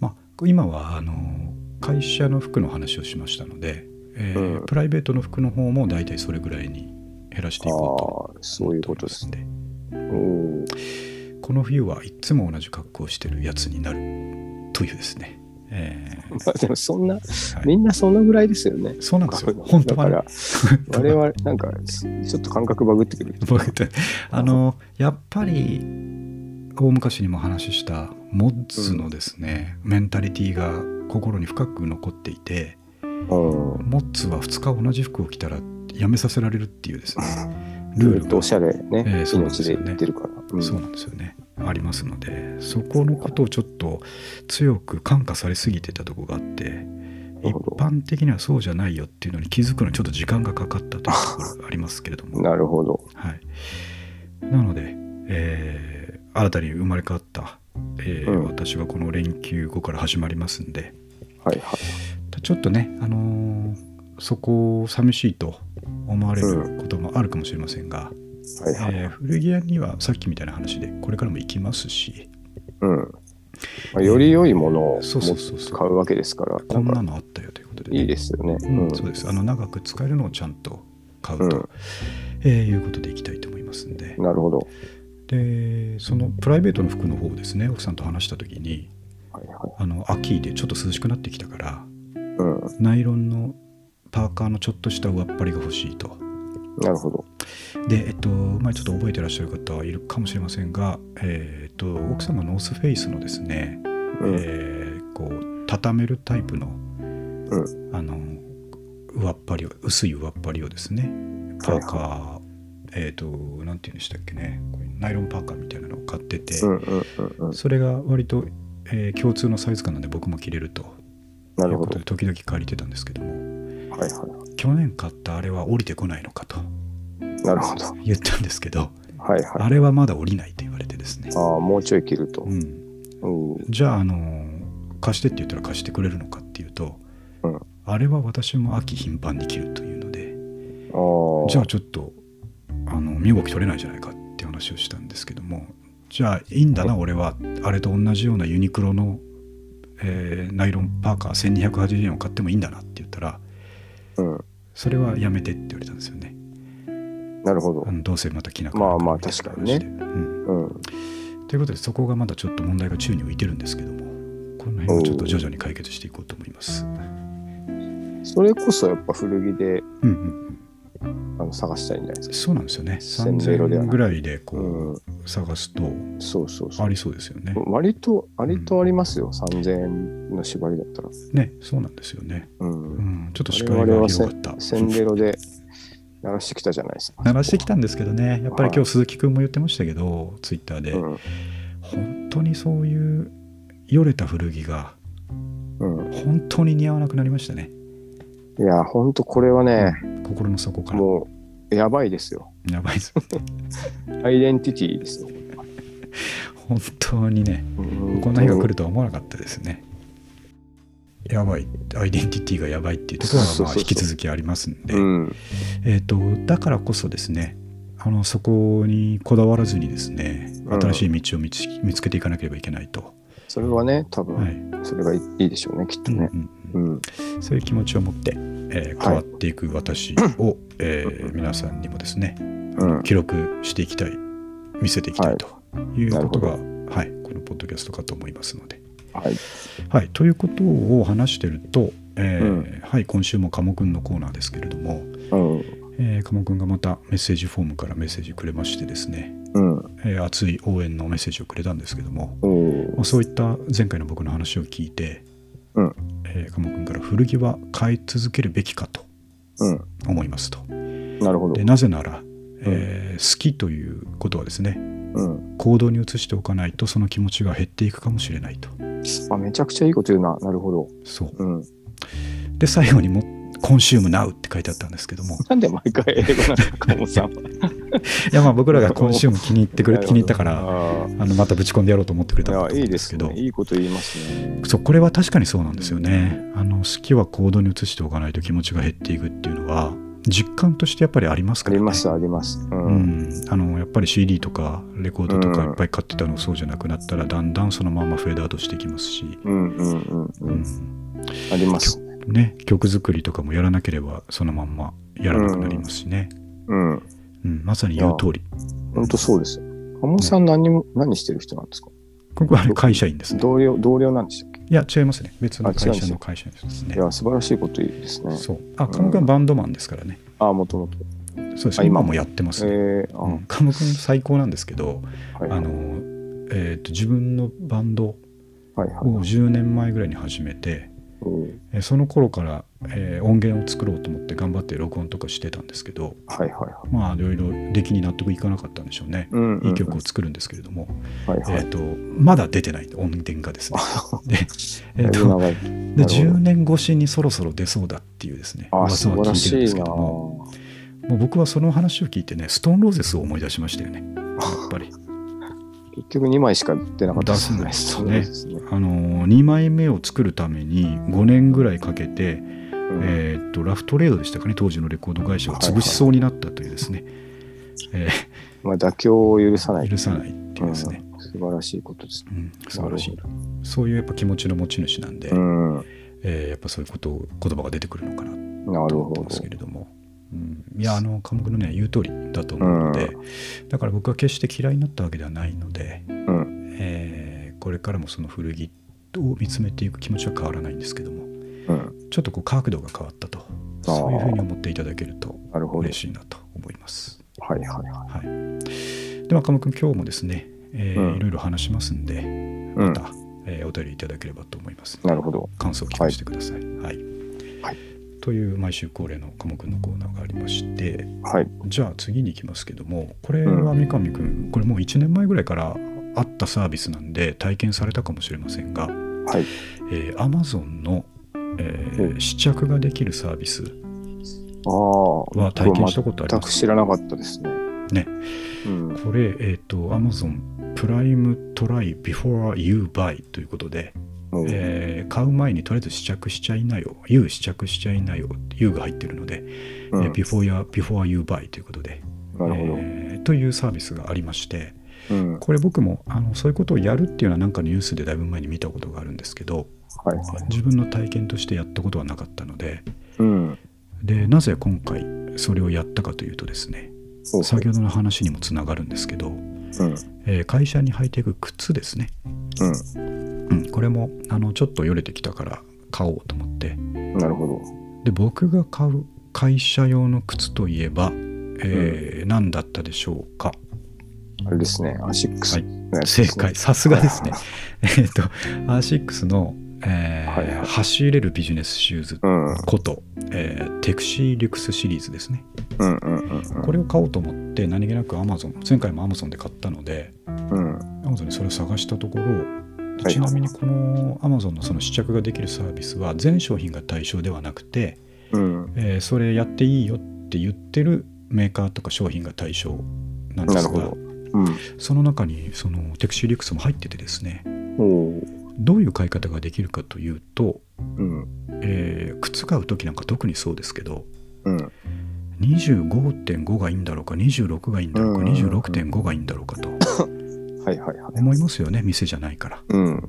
S1: まあ、今はあの会社の服の話をしましたので、えー
S2: うん
S1: プライベートの服の方も大体それぐらいに減らしていこ
S2: ああ、
S1: うと
S2: そういうことですね。
S1: 思っておりますん
S2: うん。
S1: でこの冬はいつも同じ格好をしてるやつになるというですね、えー
S2: まあでもそんな、
S1: はい
S2: みんなそのぐらいですよね。
S1: そうなんですよ本当はね
S2: だから、
S1: [laughs]
S2: 我々、なんか、ちょっと感覚バグってくる。
S1: 僕ってあのやっぱり大昔にも話したモッズのですね、メンタリティーが心に深く残っていて
S2: うん。
S1: モッズは2日同じ服を着たらやめさせられるっていうですね
S2: ず
S1: ルー
S2: っ
S1: ル
S2: とお
S1: が
S2: しゃれね、
S1: ええそうなんで
S2: 命
S1: す
S2: で
S1: よね
S2: 言ってるから。うん
S1: そうなんですよねありますのでそこのことをちょっと強く感化されすぎてたとこがあって一
S2: なるほど
S1: 般的にはそうじゃないよっていうのに気づくのにちょっと時間がかかったというところがありますけれども、
S2: なるほど。
S1: はい、なので、えー新たに生まれ変わった、えー
S2: うん
S1: 私はこの連休後から始まりますんで
S2: はいはい。
S1: ちょっとね、あのーそこを寂しいと思われることもあるかもしれませんが、
S2: はいはい。
S1: えー古着屋にはさっきみたいな話でこれからも行きますし
S2: うん。まあ、より良いものを
S1: そうそうそうそう
S2: 買うわけですから、
S1: こん
S2: な
S1: なん
S2: か
S1: のあったよということでね、
S2: いいですよね。う
S1: うん
S2: ん。
S1: そうですあの長く使えるのをちゃんと買うと、
S2: うん
S1: えーいうことでいきたいと思いますんで
S2: なるほど。
S1: でそのプライベートの服の方をですね奥さんと話した時に
S2: はいは
S1: あの秋でちょっと涼しくなってきたから
S2: い。うん。
S1: ナイロンのパーカーのちょっとした上っ張りが欲しいと。
S2: なるほど。
S1: で、えっと、前ちょっと覚えてらっしゃる方はいるかもしれませんが、えーっと、奥様ノースフェイスのですね、
S2: うん。
S1: えーこう、畳めるタイプの、
S2: ん
S1: あの、上っ張りを、薄い上っ張りをですね、パーカー、えーっと、なんて言うんでしたっけね、こういうナイロンパーカーみたいなのを買ってて、
S2: うんうんうんうん。
S1: それが割と、えー共通のサイズ感なんで僕も着れると
S2: ないる
S1: う
S2: ほ
S1: こと
S2: ど
S1: で。時々借りてたんですけども、
S2: はいは
S1: 去年買ったあれは降りてこないのかと
S2: い。なるほど。
S1: 言ったんですけど、
S2: はいはい。
S1: あれはまだ降りないと言われてですね、
S2: ああ、もうちょい切ると
S1: う。ん、
S2: うん。
S1: じゃあ、あのー貸してって言ったら貸してくれるのかっていうと、
S2: うん
S1: あれは私も秋頻繁に着るというので
S2: ああ。
S1: じゃあちょっとあの身動き取れないじゃないかって話をしたんですけどもじゃあいいんだな俺はあれと同じようなユニクロの、えーナイロンパーカー1280円を買ってもいいんだなって言ったら
S2: うん。
S1: それはやめてって言われたんですよね。
S2: なるほど
S1: あ。のどうせまた着なくなるら
S2: まあまあ確かにね
S1: みたいな話でうん
S2: うん。
S1: ということでそこがまだちょっと問題が宙に浮いてるんですけどもこの辺をちょっと徐々に解決していこうと思います。
S2: それこそやっぱ古着で
S1: うんうん
S2: あの探したいんじゃないです
S1: うん、
S2: か。
S1: そうなんですよね
S2: 鮮明色で
S1: 3000円
S2: はない
S1: ぐらいでこう、
S2: う
S1: 探すと
S2: ん。そうそうそ
S1: あ
S2: う。
S1: りそうですよね。
S2: 割と、割とありますよ。3000円の縛りだったら。
S1: ねそうなんですよね。
S2: う。
S1: うんん、ちょっと視界が広がった。
S2: センデロで鳴らしてきたじゃないですか。
S1: 鳴らしてきたんですけどねやっぱり
S2: は
S1: 今
S2: い
S1: 日鈴木くんも言ってましたけどツイッターで、
S2: うん。
S1: 本当にそういうよれた古着が
S2: うん。
S1: 本当に似合わなくなりましたね
S2: いや、ほんとこれはね、
S1: 心の底から
S2: もう、やばいですよ。
S1: やばいです
S2: アイデンティティですよ。
S1: 本当にね
S2: うん
S1: こんな日が来るとは思わなかったですね。やばい、アイデンティティがやばいっていうところ
S2: そ
S1: がまあ
S2: うそうそうそう
S1: 引き続きありますんで、
S2: うん。
S1: えっ、とだからこそですね、あのそこにこだわらずにですね、
S2: うん
S1: 新しい道を見つ見つけていかなければいけないと、
S2: それはね、多
S1: はい
S2: 分、それがいいでしょうね、きっと
S1: うんう
S2: ね。
S1: んう
S2: う
S1: ん
S2: ん。
S1: そういう気持ちを持って、えー
S2: はい
S1: 変わっていく私を、えー皆さんにもですね、
S2: うん。
S1: 記録していきたい、見せていきたいということが、
S2: な
S1: はい、このポッドキャストかと思いますので。
S2: はい。
S1: はい、ということを話してると、えー
S2: うん
S1: はい、今週も鴨くんのコーナーですけれども、
S2: うん。
S1: えー、鴨くんがまたメッセージフォームからメッセージくれましてですね、
S2: うん。
S1: えー熱い応援のメッセージをくれたんですけども、
S2: お
S1: まあ、そういった前回の僕の話を聞いて、
S2: うん
S1: えー鴨くんから古着は買い続けるべきかと
S2: う
S1: 思いますと。
S2: ん。なるほど
S1: で。なぜなら、えー好きということはですね、
S2: うん。
S1: 行動に移しておかないとその気持ちが減っていくかもしれないと。
S2: あ、めちゃくちゃいいこと言うな。なるほど。
S1: そう
S2: うん。
S1: で最後にも「コンシュームナウ」って書いてあったんですけども
S2: なんで毎回英語なのかもさん。
S1: いやまあ僕
S2: [laughs]
S1: らがコンシューム気に入ってくれ
S2: なる
S1: 気
S2: ほど
S1: に入ったから
S2: あー
S1: あのまたぶち込んでやろうと思ってくれたんだと
S2: いや、
S1: 思
S2: い
S1: うん
S2: い
S1: で
S2: ですす
S1: けど
S2: ね。いいこと言いますね。
S1: そうこれは確かにそうなんですよねあの好きは行動に移しておかないと気持ちが減っていくっていうのは実感としてやっぱりあります
S2: あ
S1: から
S2: り
S1: ね
S2: ます、あります。う。
S1: うんん、あのやっぱり CD とかレコードとか
S2: う
S1: い
S2: ん
S1: っぱい買ってたのそうじゃなくなったらだんだんそのままフェードアウトしていきますし、
S2: うんうんうんう。
S1: うんん
S2: あります。
S1: ね、曲作りとかもやらなければそのまんまやらなくなりますしね、
S2: うん。
S1: うん、まさに言う通り
S2: 本当そうですよ。鴨さん何も、何してる人なんですか
S1: 僕はあれ会社員ですね。
S2: 同僚、同僚なんでしたっけ
S1: いや、違いますね。別の
S2: あ違う
S1: 会
S2: んで
S1: 社
S2: す
S1: の
S2: よ
S1: 会社員ですね
S2: い。や、素晴らしいこと言うですね。
S1: そう。あ、カム君はバンドマンですからね。
S2: あ、もともと。
S1: そうです
S2: あ
S1: ね。今
S2: 今も
S1: もやってますね。
S2: えー、あ、
S1: うんカム君最高なんですけど、
S2: はい
S1: あの、えっ、と、自分のバンドを
S2: はいはい。
S1: 10年前ぐらいに始めて、
S2: うん
S1: えーその頃から、えー音源を作ろうと思って頑張って録音とかしてたんですけど
S2: はいはいは
S1: まあいろいろ出来に納得いかなかったんでしょうね
S2: い。うん
S1: いい曲を作るんですけれども、
S2: はいは
S1: え
S2: い。
S1: ー、とまだ出てない音源が
S2: [laughs]
S1: ですねで,、え
S2: だ
S1: ー
S2: いぶ
S1: と
S2: 長い。
S1: で
S2: なるほ
S1: 10
S2: ど
S1: 年越しにそろそろ出そうだっていうですね
S2: あ、
S1: 噂
S2: 素
S1: は
S2: 晴ら
S1: 聞いてるんで
S2: しい
S1: すけ
S2: な
S1: どももう僕はその話を聞いてねストーンローゼスを思い出しましたよねやっぱり
S2: 結局2枚しか出なかったですね。
S1: 出す
S2: そ
S1: ん
S2: う
S1: で
S2: ですすね。
S1: あの2枚目を作るために5年ぐらいかけて、
S2: うん
S1: えーっとラフトレードでしたかね当時のレコード会社を潰しそうになったというですね、え
S2: まあ妥協を許さな
S1: ー
S2: い。
S1: 許さないっていうですね、
S2: うん素晴らしいことですね。
S1: うん素晴らしいそういうやっぱ気持ちの持ち主なんで、
S2: うん。
S1: えーやっぱそういうことを言葉が出てくるのかなと
S2: なる
S1: 思っ
S2: ほ
S1: て
S2: ど
S1: ま。すけれども。うん、いやあの科目のね言う通りだと思うので、だから僕は決して嫌いになったわけではないので、
S2: うん。
S1: えーこれからもその古着を見つめていく気持ちは変わらないんですけども
S2: うん。
S1: ちょっとこう角度が変わったとそういうふうに思っていただけると
S2: なるほど
S1: 嬉。しいなと思います。
S2: はいはいは
S1: はい、では、鴨君、今日もですね、えー
S2: うん
S1: いろいろ話しますんで、
S2: い。うん
S1: ま。た、えーお便りいただければと思います。
S2: なるほど。
S1: 感想を聞かせてください。はい
S2: はい
S1: という毎週恒例の鴨君のコーナーがありまして、
S2: はい。
S1: じゃあ次に行きますけども、これは三上君、これもう1年前ぐらいからあったサービスなんで、体験されたかもしれませんが、
S2: はい。
S1: えー Amazon の、えー
S2: うん
S1: 試着ができるサービス
S2: ああ。
S1: は体験したことあり
S2: 全
S1: ま
S2: く
S1: す
S2: 知らなかったですね。
S1: ね。
S2: うん。
S1: これ、えっ、と、Amazon プライムトライ before you buy ということで、
S2: うん
S1: えー買う前にとりあえず試着しちゃいなよ、you 試着しちゃいなよ、you が入ってるので、
S2: うん
S1: えー before, you, before you buy ということで、
S2: なるほど。
S1: えーというサービスがありまして、
S2: うん。はい
S1: これ僕もあのそういうことをやるっていうのはなんかニュースでだいぶ前に見たことがあるんですけど、
S2: はい。
S1: 自分の体験としてやったことはなかったので、
S2: うん。
S1: で、なぜ今回それをやったかというとですね、
S2: そう
S1: 先ほどの話にもつながるんですけど、
S2: うん。
S1: えー会社に履いていく靴ですね、う
S2: う
S1: ん、これもあのちょっとよれてきたから買おうと思って
S2: ん。なるほど。
S1: で僕が買う会社用の靴といえば、えー何だったでしょうか
S2: あれですね。アシックス
S1: はい
S2: のやつで
S1: 正
S2: すね。
S1: 解さすが
S2: [laughs]
S1: ですねえっとアーシックスの、えー
S2: はいはい
S1: 走れるビジネスシューズ
S2: うん。
S1: こと、えーテクシーリュクスシリーズですね
S2: うんうんうんうん。
S1: これを買おうと思って何気なく Amazon 前回も Amazon で買ったので
S2: うん。
S1: Amazon でそれを探したところ
S2: はい
S1: ちなみにこの Amazon のその試着ができるサービスは全商品が対象ではなくて、
S2: うん。
S1: えーそれやっていいよって言ってるメーカーとか商品が対象なんで
S2: な
S1: す
S2: るほ
S1: が
S2: ど。うん。
S1: その中にそのテクシーリュックスも入っててですね
S2: おお。
S1: どういう買い方ができるかというと、
S2: うん。
S1: えー靴買う時なんか特にそうですけど
S2: うん。
S1: 25.5がいいんだろうか26がいいんだろうか
S2: うんうんうん
S1: 26.5がいいんだろうかと
S2: はいはいはい。
S1: 思いますよね店じゃないから。
S2: うん。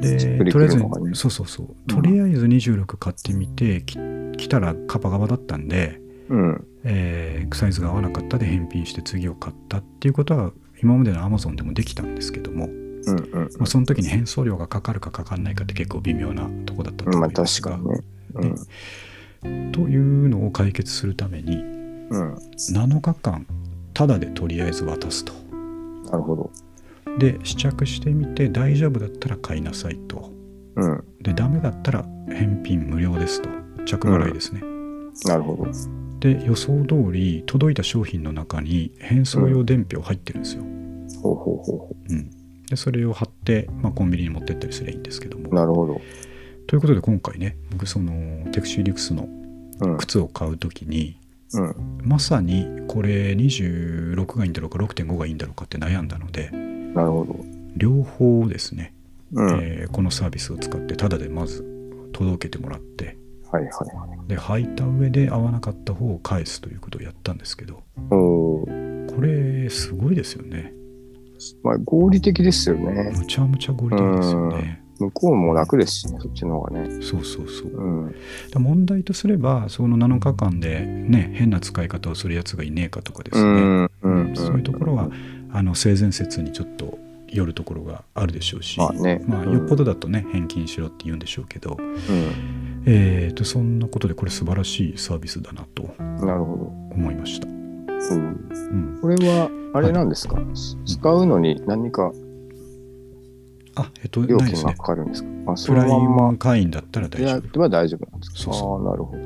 S1: で
S2: しっくり
S1: とりあえ
S2: く
S1: ず
S2: るのがね
S1: そうそうそう
S2: う
S1: と
S2: ん
S1: りあえず26買ってみて、き来たらカパカパだったんで、
S2: うん。
S1: えーサイズが合わなかったで返品して次を買ったっていうことは今までの Amazon でもできたんですけども、
S2: うんうん。
S1: まあ、その時に返送料がかかるかかかんないかって結構微妙なとこだったと思
S2: まあ
S1: います
S2: 確
S1: が、
S2: かにね。うん。
S1: というのを解決するために
S2: うん。
S1: 7日間タダでとりあえず渡すと
S2: なるほど。
S1: で試着してみて大丈夫だったら買いなさいと
S2: うん。
S1: でダメだったら返品無料ですと着払いですね、
S2: なるほど。
S1: で予想通り届いた商品の中に返送用伝票入ってるんですよ、
S2: ほうほうほうほ
S1: うん、でそれを貼って、まあ、コンビニに持ってったりすればいいんですけど
S2: う。
S1: も
S2: なるほど。
S1: ということで今回ね僕そのテクシーリュクスの
S2: うん。
S1: 靴を買う時に
S2: うん。
S1: まさにこれ26がいいんだろうか6.5がいいんだろうかって悩んだので
S2: なるほど。
S1: 両方ですね、
S2: うん。はい
S1: えーこのサービスを使ってタダでまず届けてもらって
S2: はいはい。
S1: で履いた上で合わなかった方を返すということをやったんですけど
S2: おお。
S1: これすごいですよね
S2: まあ合理的ですよね。
S1: むちゃむちゃ合理的ですよね
S2: 向こうも楽ですしね、そっちの方がね。
S1: そうそうそう
S2: うん。
S1: だ問題とすればその7日間で、ね、変な使い方をするやつがいねえかとかで
S2: う
S1: すね、
S2: ん。うん。
S1: そういうところは。あの性善説にちょっとよるところがあるでしょうし、
S2: まあ
S1: ま
S2: ね。
S1: あ、よっぽどだとね返金しろって言うんでしょうけど、
S2: うん。
S1: えー、とそんなことでこれ素晴らしいサービスだなと
S2: なるほど。
S1: 思いました、
S2: うん。
S1: うん、
S2: これは、あれなんですか、使うのに何か
S1: あ、えっと、
S2: 料
S1: ないで
S2: 金
S1: す
S2: が
S1: ね。
S2: かかるんですか、あ、そ
S1: プ
S2: の
S1: ライ
S2: まんま
S1: ム会員だったら大
S2: や
S1: 丈
S2: っ
S1: 夫。
S2: ては大丈夫なんですか
S1: そうそう
S2: ああ、なるほど。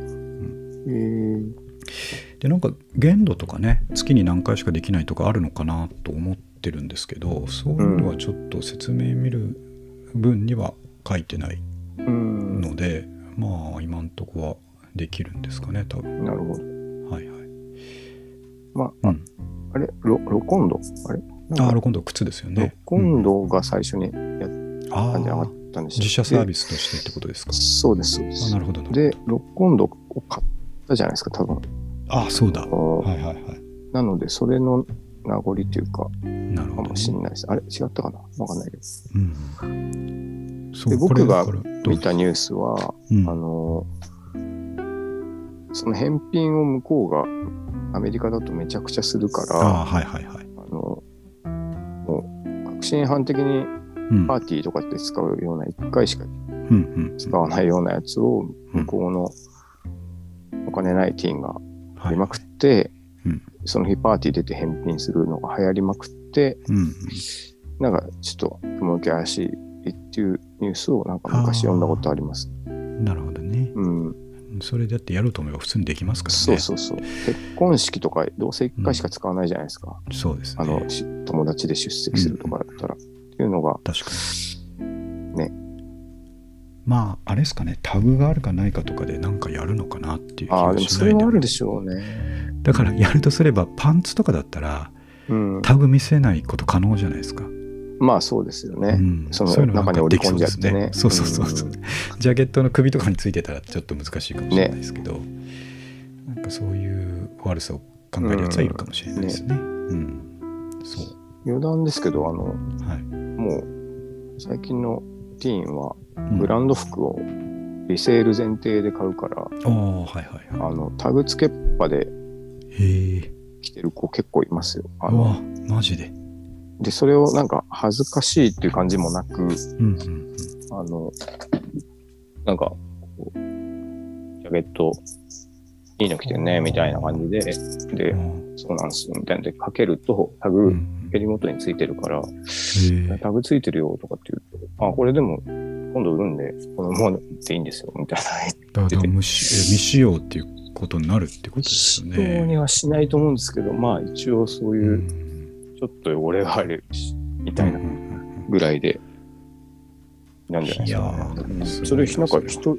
S1: で、なんか限度とかね、月に何回しかできないとかあるのかなと思ってるんですけど、そういうのはちょっと説明見る分には書いてない
S2: えー、うん、
S1: ので、まあ、今んとこはできるんですかね、多分。
S2: なるほど。
S1: はいはい。
S2: ま
S1: あ、
S2: あれロロコンドあれ
S1: あ
S2: なん
S1: ー
S2: か
S1: ロコンド靴ですよ
S2: ロ
S1: ね。
S2: コンドが最初に
S1: うん
S2: 感じ上
S1: ああ、
S2: がったんでしたっけ
S1: 自社サービスとしてってことですか。
S2: そうです、そうで
S1: あ
S2: す
S1: な。るほどな。
S2: で、ロコンドを買ったじゃないですか、多分。
S1: ああ、そうだ。
S2: あ
S1: は
S2: ー
S1: いはいはい。
S2: なので、それの名残というか、
S1: なる
S2: か
S1: ほど
S2: も
S1: ね
S2: しれないです。あれ違ったかなわかんないけど。
S1: うん。そ
S2: で僕
S1: これ
S2: が
S1: だからどう
S2: 見たニュースは、
S1: うん
S2: あの、その返品を向こうがアメリカだとめちゃくちゃするから、
S1: ああ、はいはいはい。
S2: あの、もう、確信犯的に
S1: うん。
S2: パーティーとかって使うような、1回しか
S1: うんうん
S2: 使わないようなやつを、
S1: うん
S2: 向こうのお金ないティーンが
S1: はい
S2: 売りまくって、
S1: うん
S2: その日パーティー出て返品するのが流行りまくって、
S1: うんうん
S2: なんかちょっと雲行き怪しいっていうニュースをなんか昔読んだことあります。
S1: なるほどね。
S2: うん、
S1: それだってやろうと思えば普通にできますからね。
S2: そうそうそう。結婚式とかどうせ一回しか使わないじゃないですか。
S1: そうですね。
S2: あの、し友達で出席するとかだったら。っていうのが、
S1: 確かに。
S2: ね。
S1: まあ、あれですかね、タグがあるかないかとかでなんかやるのかなっていう気
S2: ああ、
S1: が
S2: でも
S1: し
S2: そ
S1: な
S2: れ
S1: いで
S2: はあ
S1: も
S2: るでしょうね。
S1: だからやるとすれば、パンツとかだったら、
S2: うん。
S1: タグ見せないこと可能じゃないですか。
S2: まあそうですよ
S1: う
S2: ね。
S1: ん
S2: その中に折り込んじゃってね。
S1: そうそうそうそう。ジャケットの首とかについてたらちょっと難しいかもしれないですけど、なんかそういう悪さを考えるやつはいるかもしれないですね。うん。そ
S2: うん余談ですけど、あの、
S1: う。はい。
S2: もう最近のティーンは
S1: うん
S2: ブランド服をリセール前提で買うから、
S1: ああ、はいはいは
S2: あのタグ付けっぱで
S1: い。へえ。
S2: 着てる子結構いますよ。あ
S1: う
S2: の
S1: わ、マジで。
S2: でそれをなんか恥ずかしいっていう感じもなく
S1: うんうん
S2: あのなんかこうジャケットいいの着てるねみたいな感じで
S1: う
S2: で
S1: ん。
S2: そうなんすよみたいなでかけるとタ
S1: う
S2: グ
S1: ん
S2: 襟元についてるから
S1: へえ。
S2: タグついてるよとかって言うとあこれでも今度売るんでこのままでいいんですよみたいな
S1: だから無視え未使用っていうことになるってことですよ
S2: 人
S1: ね。
S2: にはしないと思うんですけど、まあ一応そ
S1: う
S2: ういうんちょっと汚れがあるし、みたいな
S1: うんうん
S2: ぐらいで、なんじゃないです
S1: いや
S2: か、
S1: ー
S2: ねうん
S1: す
S2: そ
S1: ごい
S2: れ、
S1: な
S2: なんか
S1: それは
S2: 人、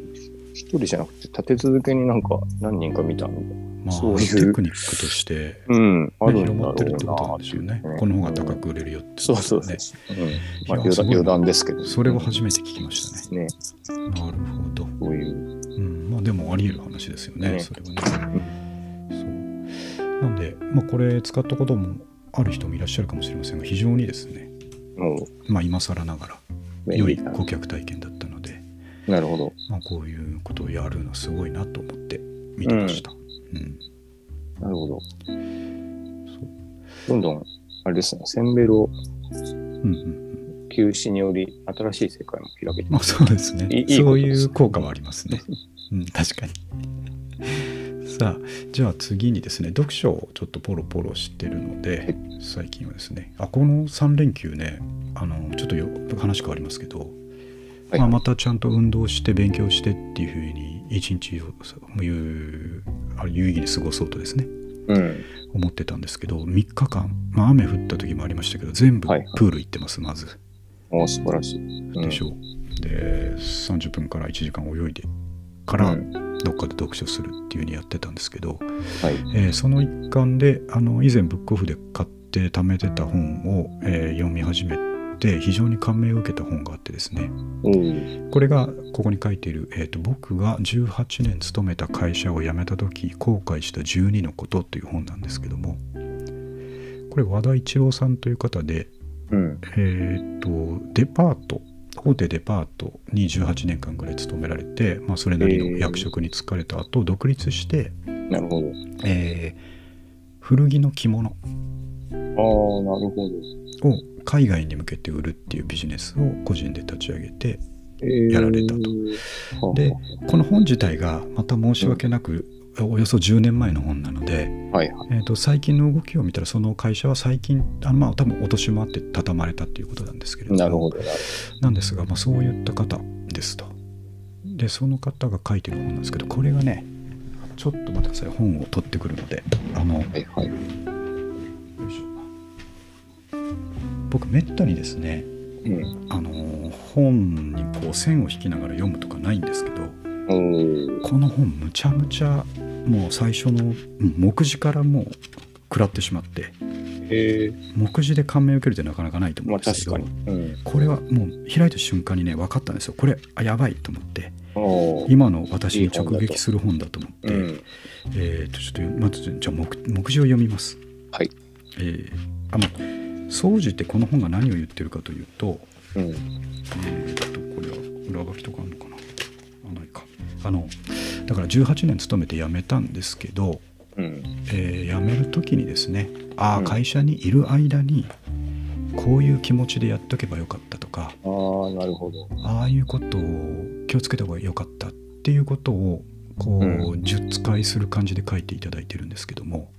S2: 一人じゃなくて立て続けになんか何人か見たみたいな。
S1: うんまあ、
S2: そういう
S1: テクニックとして
S2: うん、あるんだ
S1: 広ま
S2: ろ
S1: ってるって
S2: う
S1: こと
S2: な
S1: なん
S2: っ
S1: で
S2: て
S1: し
S2: い
S1: ょう
S2: う
S1: ね
S2: ね。。
S1: この方が高く売れるよって、
S2: そうそうそう
S1: ね。
S2: そう。うんまあ、
S1: いや
S2: 余
S1: す
S2: 談
S1: ごい
S2: 余談ですけど。
S1: それを初めて聞きましたね。
S2: ね。
S1: なるほど。
S2: こういう。
S1: うん、まあでもあり得る話ですよね、
S2: ね
S1: それはね。そうなんで、まあ、これ使ったこともある人もいらっしゃるかもしれませんが、非常にですね、
S2: もう、
S1: まあ今更ながら、
S2: 便
S1: 良
S2: 利
S1: い
S2: だ
S1: 顧客体験だったので、
S2: なるほど。
S1: まあ、こういうことをやるのはすごいなと思って見てました。うん
S2: なるほど。
S1: そう
S2: どんどん、あれですね、センベロ
S1: うんうん
S2: 休止により新しい世界も開けて
S1: まあ、そうですね
S2: いいいいこ
S1: そ
S2: と
S1: うい
S2: です
S1: う効果はありますね。うん、確かに。さあ、じゃあ次にですね、読書をちょっとポロポロしてるので、最近はですね、あこの3連休ね、あのちょっとよ話変わりますけど、
S2: はい
S1: まあ、またちゃんと運動して勉強してっていうふうに、一日をそういうあ有意義に過ごそうとですね、
S2: うん。
S1: 思ってたんですけど、3日間、まあ、雨降った時もありましたけど、全部
S2: はいはい
S1: プール行ってます、まず。
S2: おー素晴らしい。うん
S1: でしょう、で30分から1時間泳いでから
S2: うん
S1: どっかで読書するっていう風にやってたんですけど、
S2: はい。
S1: えーその一環であの以前ブックオフで買って貯めてた本を、えー読み始めて非常に感銘を受けた本があってですね
S2: おー
S1: これがここに書いている、えーと「僕が18年勤めた会社を辞めた時後悔した12のこと」という本なんですけどもこれ和田一郎さんという方で
S2: うん。
S1: えーっとデパート大手デパートに18年間ぐらい勤められて、まあ、それなりの役職に就かれた後、独立して、
S2: なるほど。
S1: えー古着の着物を
S2: ああ、なるほど。
S1: 海外に向けて売るっていうビジネスを個人で立ち上げて
S2: えー
S1: やられたと
S2: はあ
S1: でこの本自体がまた申し訳なくおよそ10年前の本なので、
S2: はいはい。
S1: えー、と最近の動きを見たらその会社は最近あまあ多分お年もあって畳まれたっていうことなんですけれども
S2: なるほど。なる
S1: なんですが、まあ、そういった方ですとでその方が書いてる本なんですけどこれがねちょっと待ってください本を取ってくるのであの
S2: ほど。はいはい。
S1: 僕めったにですね
S2: うん。
S1: あのー本にこう線を引きながら読むとかないんですけど
S2: うん。
S1: この本むちゃむちゃもう最初のうん目次からもう食らってしまって
S2: へえ。
S1: 目次で感銘を受けるってなかなかないと思
S2: ま
S1: う
S2: あ
S1: んです
S2: 確
S1: け
S2: か
S1: ど、
S2: に。うん。
S1: これはもう開いた瞬間にね分かったんですよこれあやばいと思って
S2: おー
S1: 今の私に直撃する本だと思って
S2: うん。
S1: えー、とちょっとまずじゃあ目目次を読みます
S2: はい
S1: えー、あの総じてこの本が何を言ってるかというと
S2: うん。
S1: えー、とこれは裏書きとかあるのかなあないかあのだから18年勤めて辞めたんですけど、
S2: うん。
S1: えー辞める時にですねああ、
S2: うん
S1: 会社にいる間にこういう気持ちでやっとけばよかったとか
S2: ああ、なるほど。
S1: ああいうことを気をつけた方がよかったっていうことをこう、
S2: う
S1: 術解する感じで書いていただいてるんですけども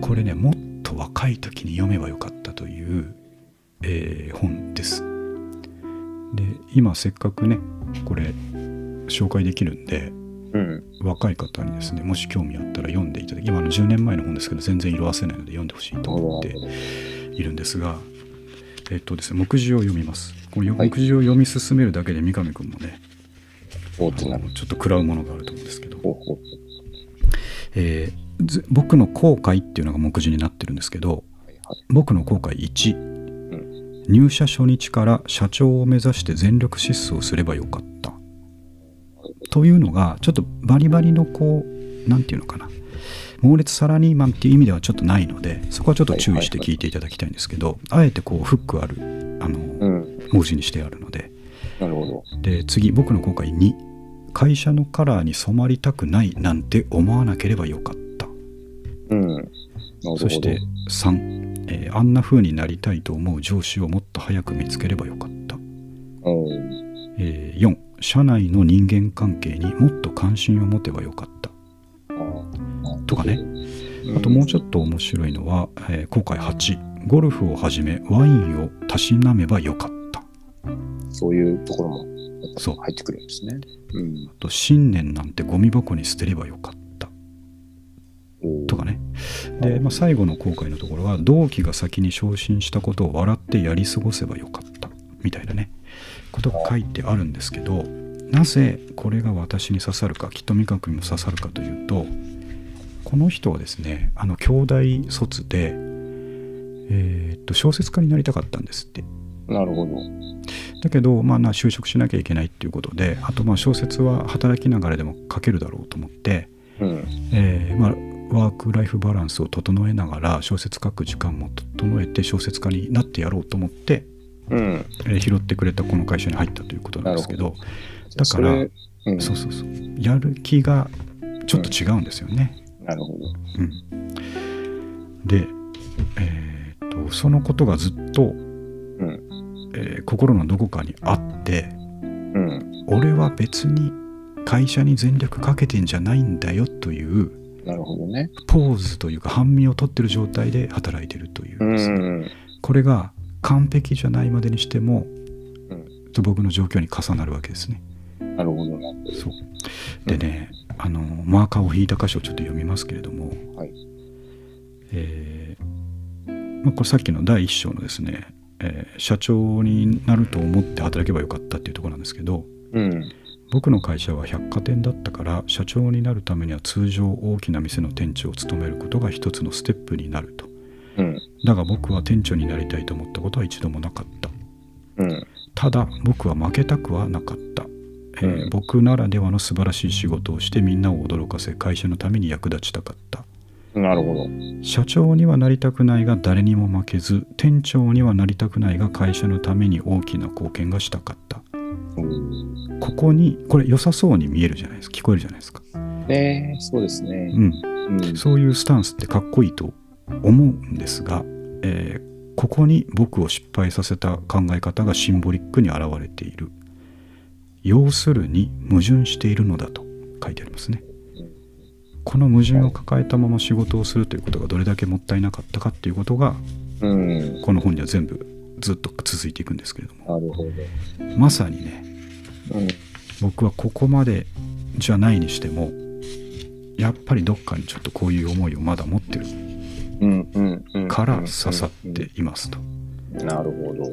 S1: これねもっと若い時に読めばよかったという、えー本です。で今せっかくねこれ紹介できるんで
S2: うん。
S1: 若い方にですねもし興味あったら読んでいただき今あの10年前の本ですけど全然色褪せないので読んでほしいと思っているんですが、えっとですね、目次を読みます。このよ
S2: はい
S1: 目次を読み進めるだけで三上君もね、
S2: おーっ
S1: あ
S2: てなる。
S1: のちょっと食らうものがあると思うんですけど、
S2: ほうほう
S1: えーず僕の後悔っていうのが目次になってるんですけど、
S2: はいはい。
S1: 僕の後悔1、入社初日から社長を目指して全力疾走すればよかった。というのが、ちょっとバリバリのこう、なんていうのかな、猛烈サラリーマンっていう意味ではちょっとないので、そこはちょっと注意して聞いていただきたいんですけど、あえてこう、フックある、あの、
S2: うん。
S1: 文字にしてあるので
S2: なるほど。
S1: で次僕の後悔2会社のカラーに染まりたくないなんて思わなければよかった
S2: うん。なるほど。
S1: そして3、えーあんな風になりたいと思う上司をもっと早く見つければよかった、
S2: うん。
S1: えー4社内の人間関係にもっと関心を持てばよかった
S2: あー
S1: とかね。あともうちょっと面白いのは、えー後悔8ゴルフをはじめワインをたしなめばよかった
S2: そういうところも
S1: そう
S2: 入ってくるんですね。うん。
S1: あと新年なんてゴミ箱に捨てればよかった
S2: おー
S1: とかね。で、まあ、最後の後悔のところは、同期が先に昇進したことを笑ってやり過ごせばよかった、みたいなね、ことが書いてあるんですけど、なぜこれが私に刺さるか、きっと三上にも刺さるかというと、この人はですね、あの、兄弟卒で、えーっと、小説家になりたかったんですって。
S2: なるほど。
S1: だけど、まあ、な就職しなきゃいけないっていうことで、あと、まあ、小説は働きながらでも書けるだろうと思って、
S2: うん。
S1: えーまあ、ワーク・ライフ・バランスを整えながら小説書く時間も整えて小説家になってやろうと思って、
S2: うん。
S1: えー拾ってくれたこの会社に入ったということなんですけどだ
S2: そ
S1: から
S2: れうん、
S1: そうそうそうやる気がちょっと違うんですよね。
S2: なるほど。
S1: うんで、えーっとそのことがずっと、
S2: うん。
S1: えー心のどこかにあって
S2: うん。
S1: 俺は別に会社に全力かけてんじゃないんだよという
S2: なるほどね。
S1: ポーズというか半身を取ってる状態で働いてるといううですね、
S2: ん。
S1: これが完璧じゃないまでにしても、
S2: う
S1: と僕の状況に重なるわけですね。
S2: なるほどな。
S1: そうでね、あのマーカーを引いた箇所をちょっと読みますけれども、
S2: はい
S1: えーまあ、これさっきの第一章のですね、えー社長になると思って働けばよかったっていうところなんですけど
S2: うん。
S1: 僕の会社は百貨店だったから社長になるためには通常大きな店の店長を務めることが一つのステップになると
S2: うん。
S1: だが僕は店長になりたいと思ったことは一度もなかった
S2: うん。
S1: ただ僕は負けたくはなかった、えー
S2: うん
S1: 僕ならではの素晴らしい仕事をしてみんなを驚かせ会社のために役立ちたかった
S2: なるほど。
S1: 社長にはなりたくないが誰にも負けず店長にはなりたくないが会社のために大きな貢献がしたかった
S2: うん
S1: ここにこれ良さそうに見えるじゃないですか聞こえるじゃないですか
S2: ねえ、そうですね
S1: う。ん
S2: うん。
S1: そういうスタンスってかっこいいと思うんですが、えーここに僕を失敗させた考え方がシンボリックに現れている要するに矛盾しているのだと書いてありますねこの矛盾を抱えたまま仕事をするということがどれだけもったいなかったかっていうことが
S2: うん。
S1: この本には全部ずっと続いていくんですけれども
S2: なるほど。
S1: まさにね
S2: うん。
S1: 僕はここまでじゃないにしてもやっぱりどっかにちょっとこういう思いをまだ持ってる
S2: うんうんうん。
S1: から刺さっていますと。
S2: なるほど。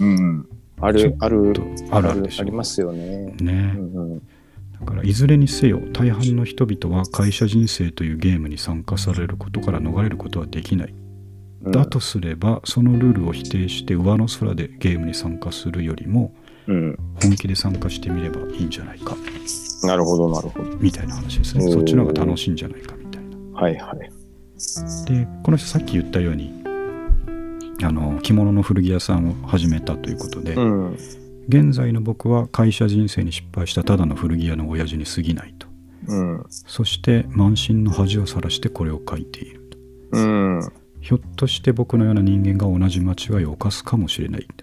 S2: うん。ある、ある
S1: と、あるあるでし
S2: あ
S1: ょ
S2: りますよね。
S1: ね
S2: う、んうん。
S1: だからいずれにせよ大半の人々は会社人生というゲームに参加されることから逃れることはできない、
S2: うん
S1: だ、とすればそのルールを否定して上の空でゲームに参加するよりも
S2: うん。
S1: 本気で参加してみればいいんじゃないか
S2: なるほど、なるほど。
S1: みたいな話ですね
S2: おー
S1: そっちの方が楽しいんじゃないかみたいな
S2: はいはい。
S1: でこの人さっき言ったようにあの着物の古着屋さんを始めたということで、
S2: うん。
S1: 現在の僕は会社人生に失敗したただの古着屋の親父に過ぎないと
S2: うん。
S1: そして満身の恥をさらしてこれを書いている
S2: うん。な
S1: ひょっとして僕のような人間が同じ間違いを犯すかもしれない
S2: る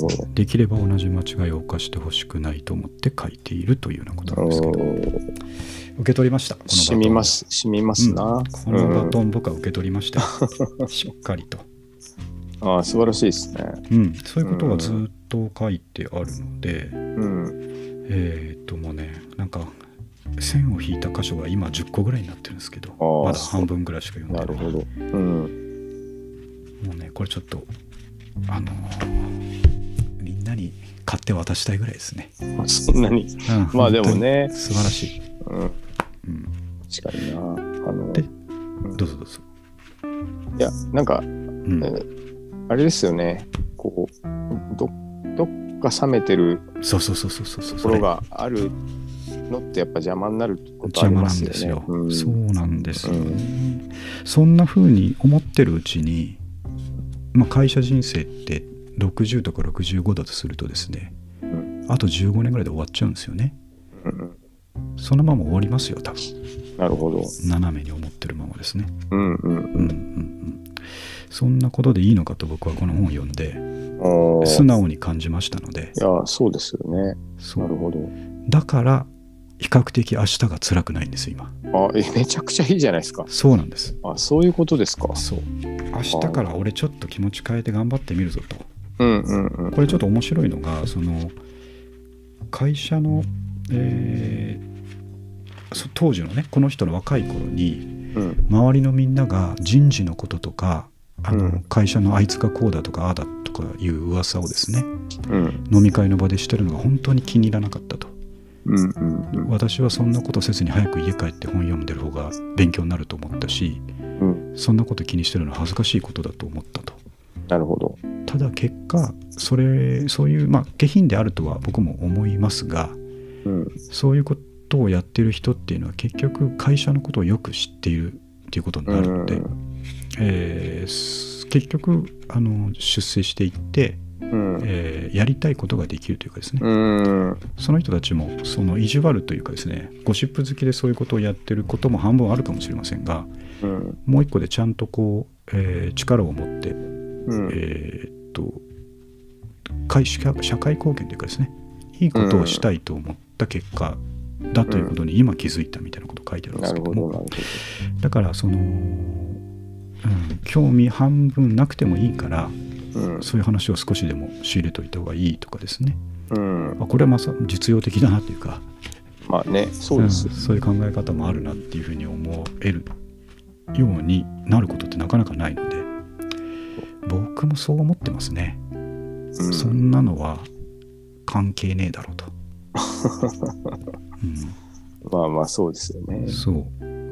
S2: ほど。
S1: できれば同じ間違いを犯してほしくないと思って書いているというようなことなんですけど
S2: お
S1: 受け取りましたこのバトン
S2: 染みます、染みますな。
S1: このバト
S2: ン。
S1: ン僕は受け取りま
S2: [laughs]
S1: したよしっかりと
S2: ああ、素晴らしいですね。
S1: うん、そういうことがずっと書いてあるので、
S2: うん。
S1: えーっともうねなんか線を引いた箇所が今10個ぐらいになってるんですけど
S2: ー
S1: まだ半分ぐらいしか読んでな
S2: なる
S1: い
S2: ほど。うん。
S1: もうねこれちょっとあのみんなに買って渡したいぐらいですね、
S2: まあそんなに。
S1: うん
S2: まあでも
S1: 本
S2: ね
S1: 当に素晴らしい、
S2: うん。
S1: うん、
S2: 確かにな。あの、
S1: でどうぞどうぞ、
S2: いや、なんか、
S1: うん
S2: えーあれですよね。こう、ど、どっか冷めてる
S1: そうそうそうそうそうそう
S2: ところがあるのってやっぱ邪魔になること
S1: 邪
S2: あ
S1: 魔
S2: りま
S1: なん
S2: す
S1: です
S2: よ
S1: よ
S2: ね。うん
S1: そうなんですよね、そんな風に思ってるうちに、まあ、会社人生って60とか65だとするとですね、
S2: ん
S1: あと15年ぐらいで終わっちゃうんですよね
S2: うんうん
S1: そのまま終わりますよ多分
S2: なるほど。
S1: 斜めに思ってるままですね
S2: うんう
S1: うんうん
S2: ん
S1: うんそんなことでいいのかと僕はこの本を読んで
S2: うん。お
S1: 素
S2: ー
S1: 直に感じましたので
S2: いや、そうですよね。
S1: そ
S2: なる
S1: う
S2: ほど。
S1: だから比較的明日が辛くないんです今
S2: あ、え、めちゃくちゃいいじゃないですか。
S1: そうなんです
S2: あ、そういうことですか。
S1: そう明日から俺ちょっと気持ち変えて頑張ってみるぞと
S2: うんうんうん。
S1: これちょっと面白いのがその会社の、えーそ当時のねこの人の若い頃に
S2: うん
S1: 周りのみんなが人事のこととかあの、
S2: うん
S1: 会社のあいつがこうだとかああだとかいう噂をですね
S2: うん
S1: 飲み会の場でしてるのが本当に気に入らなかったと
S2: うんうん
S1: 私はそんなことせずに早く家帰って本読んでる方が勉強になると思ったし
S2: うん。
S1: そんなこと気にしてるのは恥ずかしいことだと思ったと
S2: なるほど。
S1: ただ結果それそういうまあ下品であるとは僕も思いますが
S2: うん
S1: そういうことをやってる人っていうのは結局会社のことをよく知っているっていうことに
S2: う
S1: なる
S2: ん
S1: ので、えーす結局あの出世していって、
S2: うん
S1: えーやりたいことができるというかですね、
S2: うん
S1: その人たちもその意地悪というかですねゴシップ好きでそういうことをやってることも半分あるかもしれませんが
S2: うん
S1: もう一個でちゃんとこう、えー力を持って、
S2: うん
S1: えーっと会社社会貢献というかですねいいことをしたいと思った結果だということに今気づいたみたいなこと書いてあるんで
S2: な
S1: すけ
S2: る
S1: ど
S2: ほ
S1: も、
S2: どなるほ
S1: だからその、うん、興味半分なくてもいいから
S2: ど。うん
S1: そういう話を少しでも仕入れといた方がいいとかですね
S2: うん。
S1: あこれはまさ実用的だなというか
S2: まあね、そうです
S1: ん。そういう考え方もあるなっていうふうに思えるようになることってなかなかないので僕もそう思ってますね。
S2: うん
S1: そんなのは関係ねえだろうと。う
S2: まあまあそうですよね
S1: ん、。そう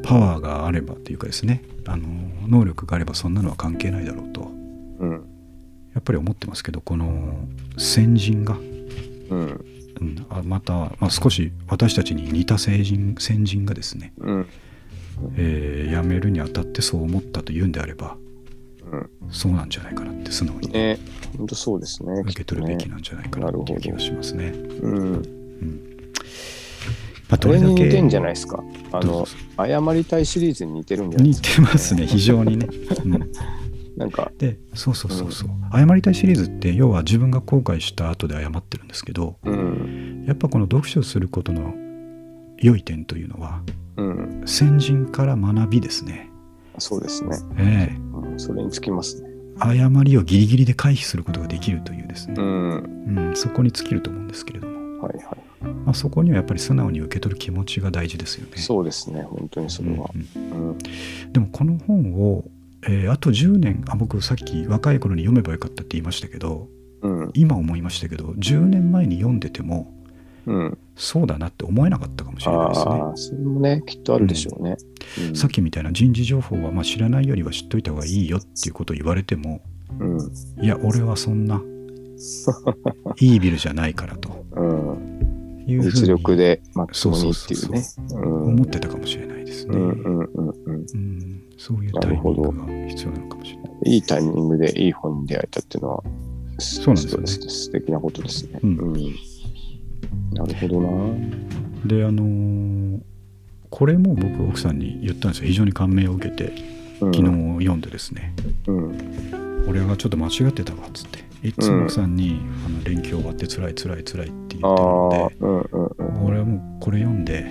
S1: パワーがあればというかですねあの能力があればそんなのは関係ないだろうと
S2: うん
S1: やっぱり思ってますけどこの先人が、
S2: うん
S1: うん、あまた、まあ、少し私たちに似た成人先人がですね、
S2: うん
S1: えー辞めるにあたってそう思ったというんであれば
S2: うん。
S1: そうなんじゃないかなって素直に
S2: ね、本当そうですね。
S1: 受け取るべき
S2: な。
S1: なんじゃないかなっていう気がしますね。
S2: うん。
S1: うんまあ、
S2: こ
S1: どれ
S2: れに
S1: だ
S2: 似て
S1: け
S2: んじゃないですか。あ
S1: どう
S2: の
S1: ぞ、
S2: 謝りたいシリーズに似てるんじゃないで
S1: 似
S2: すか。
S1: てますね非常にね、うん
S2: なんか、
S1: でそうそうそうそう謝りたいシリーズって要は自分が後悔した後で謝ってるんですけど
S2: うん。
S1: やっぱこの読書することの良い点というのは、
S2: うん。
S1: 先人から学びですね。
S2: そうですね。
S1: ええ
S2: うん、それにつきますね。
S1: 誤りをギリギリで回避することができるというです
S2: う
S1: ね、
S2: ん。
S1: うん、そこに尽きると思うんですけれども、
S2: はいはい。
S1: まあ、そこにはやっぱり素直に受け取る気持ちが大事ですよね。
S2: そうですね。本当にそれは。
S1: うんうん
S2: うん。
S1: でもこの本を、えーあと10年あ僕さっき若い頃に読めばよかったって言いましたけど
S2: うん。
S1: 今思いましたけど10年前に読んでても
S2: うん。
S1: そうだなって思えなかったかもしれないですね
S2: あ。あ、それもね、きっとあるでしょうね。うん
S1: さっきみたいな人事情報はまあ知らないよりは知っといた方がいいよっていうことを言われても
S2: うん。
S1: いや俺はそん
S2: [laughs]
S1: ないいビルじゃないからと
S2: うん。
S1: いうふう
S2: 実力
S1: に
S2: でマックスもいいっていうね。うん
S1: 思ってたかもしれないです
S2: う
S1: ね。
S2: んうんうんうん。
S1: うんそういうタイミングが必要なのかもしれない。
S2: いいタイミングでいい本に出会えたっていうのは、そう
S1: なんですよね
S2: 素敵なことですね。
S1: うん
S2: なるほどな。
S1: であのーこれも僕奥さんに言ったんですよ非常に感銘を受けて
S2: うん
S1: 昨日読んでですね、
S2: うん。
S1: 俺はちょっと間違ってたわっつっていつも奥さんに、あの連休終わって辛い辛い辛いって言
S2: あ
S1: ってるの
S2: あ
S1: で、
S2: うんうん
S1: 俺はもうこれ読んで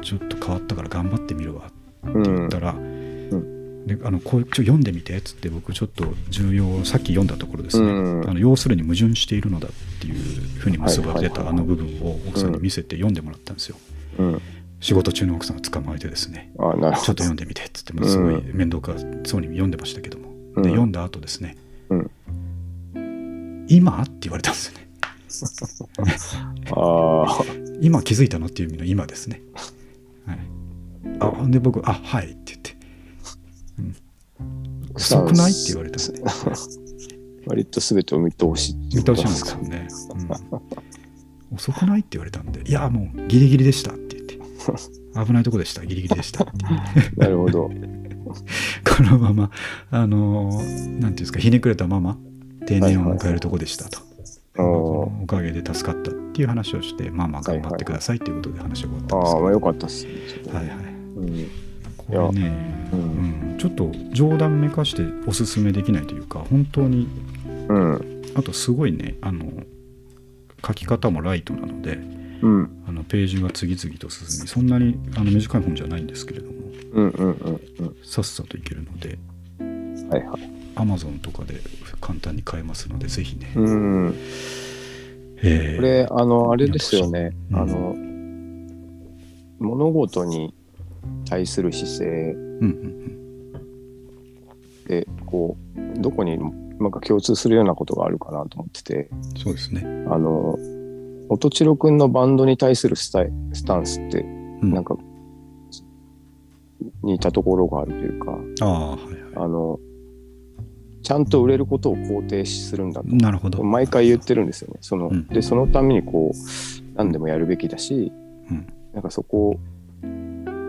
S1: ちょっと変わったから頑張ってみるわって
S2: うん。う
S1: 言
S2: ん
S1: ったら、であのこうちょ読んでみてっつって僕ちょっと重要さっき読んだところですね、
S2: うん
S1: あの要するに矛盾しているのだっていうふうに結ばれ
S2: はいはい
S1: た
S2: はい
S1: あの部分を奥さんに見せて読んでもらったんですよ、
S2: うん。
S1: 仕事中の奥さんが捕まえてですね
S2: あなる
S1: ちょ
S2: ほ
S1: っと
S2: ど。
S1: 読んでみてっつってもうすごい面倒くさそうに読んでましたけども、
S2: うん
S1: で読んだ後ですね、
S2: うん
S1: 今って言われたんですよね
S2: あ
S1: 今気づいたのっていう意味の今ですね、はい、あほんで僕あはいって言って
S2: あ。
S1: 遅くないって言われたんですね
S2: 割と全てを見通しってい
S1: 見
S2: うこ
S1: 通
S2: と
S1: しなん
S2: で
S1: ですす
S2: か
S1: か。ね、うん、遅くないって言われたんでいやもうギリギリでしたって言って危ないとこでしたギリギリで
S2: [laughs]
S1: したって言って
S2: なるほど。
S1: このままあのーなんていうんですかひねくれたまま定年を迎えるとこでしたと、
S2: おー
S1: おかげで助かったっていう話をしてまあまあ頑張ってくださいっていうことで話が終わったんです
S2: ああ、
S1: け
S2: ま
S1: ど
S2: あよかったっすね。
S1: はいはい
S2: うん
S1: これね、う
S2: うんん
S1: ちょっと冗談めかしておすすめできないというか本当に
S2: うん。
S1: あとすごいねあの書き方もライトなので
S2: うん。
S1: あのページが次々と進みそんなにあの短い本じゃないんですけれども
S2: うんうんうんう
S1: さっさといけるので
S2: ん。はいはい。
S1: Amazon とかで簡単に買えますのでぜひね、
S2: うん。
S1: えー
S2: これ、あの、あれですよね。
S1: うん
S2: あの、物事に対する姿勢
S1: うん
S2: で、こう、どこにもなんか共通するようなことがあるかなと思ってて、
S1: うんうん、そうですね、
S2: あの、音千代くんのバンドに対するスタイスタンスって、
S1: うん
S2: なんか、似たところがあるというか、
S1: ああはいは
S2: あの、ちゃんと売れることを肯定するんだと
S1: いなるほど
S2: 毎回言ってるんですよね。その
S1: うん
S2: でそのためにこう何でもやるべきだし、
S1: うん
S2: なんかそこを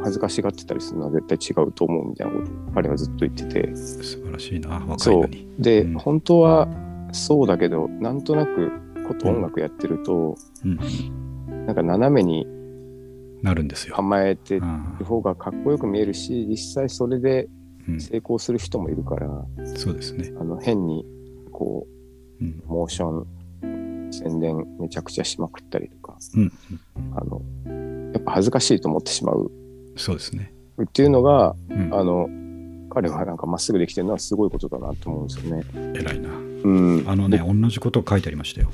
S2: 恥ずかしがってたりするのは絶対違うと思うみたいなことを彼はずっと言ってて
S1: 素晴らしいな若いのに
S2: で、
S1: うん
S2: 本当はそうだけどなんとなくこと音楽やってると、
S1: うんうん
S2: なんか斜めに
S1: なるんですよ、
S2: 構えて
S1: あ
S2: る方がかっこよく見えるし実際それで
S1: うん、
S2: 成功する人もいるから、
S1: そうですね、
S2: あの変にこ
S1: うん
S2: うモーション宣伝めちゃくちゃしまくったりとか。
S1: うん、
S2: あの、やっぱ恥ずかしいと思ってしまう
S1: そうですね、
S2: っていうのが、
S1: うん、
S2: あの、彼はなんかまっすぐできてるのはすごいことだなと思うんですよね。
S1: 偉いな
S2: うん。
S1: あのね同じことを書いてありましたよ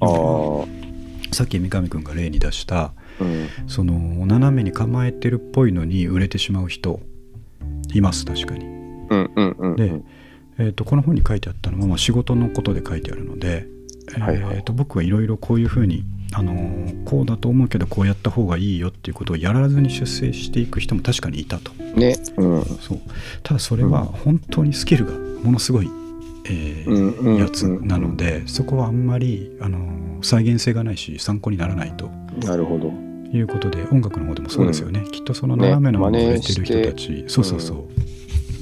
S2: あー
S1: さっき三上君が例に出した
S2: うん。
S1: その斜めに構えてるっぽいのに売れてしまう人います確かに
S2: うんうんうん。
S1: で、えー、とこの本に書いてあったのは、まあ、仕事のことで書いてあるので、えー
S2: はいはい
S1: と僕はいろいろこういうふうに、あのーこうだと思うけどこうやった方がいいよっていうことをやらずに出世していく人も確かにいたと
S2: ね。うん。
S1: そうただそれは
S2: うん
S1: 本当にスキルがものすごい、えー
S2: うんうん。
S1: やつなの。でそこはあんまり、あのー再現性がないし参考にならないと
S2: なるほど。
S1: いうことで音楽の方でもそうですよね、きっとその斜めのものを売れてる人たち、そうそうそ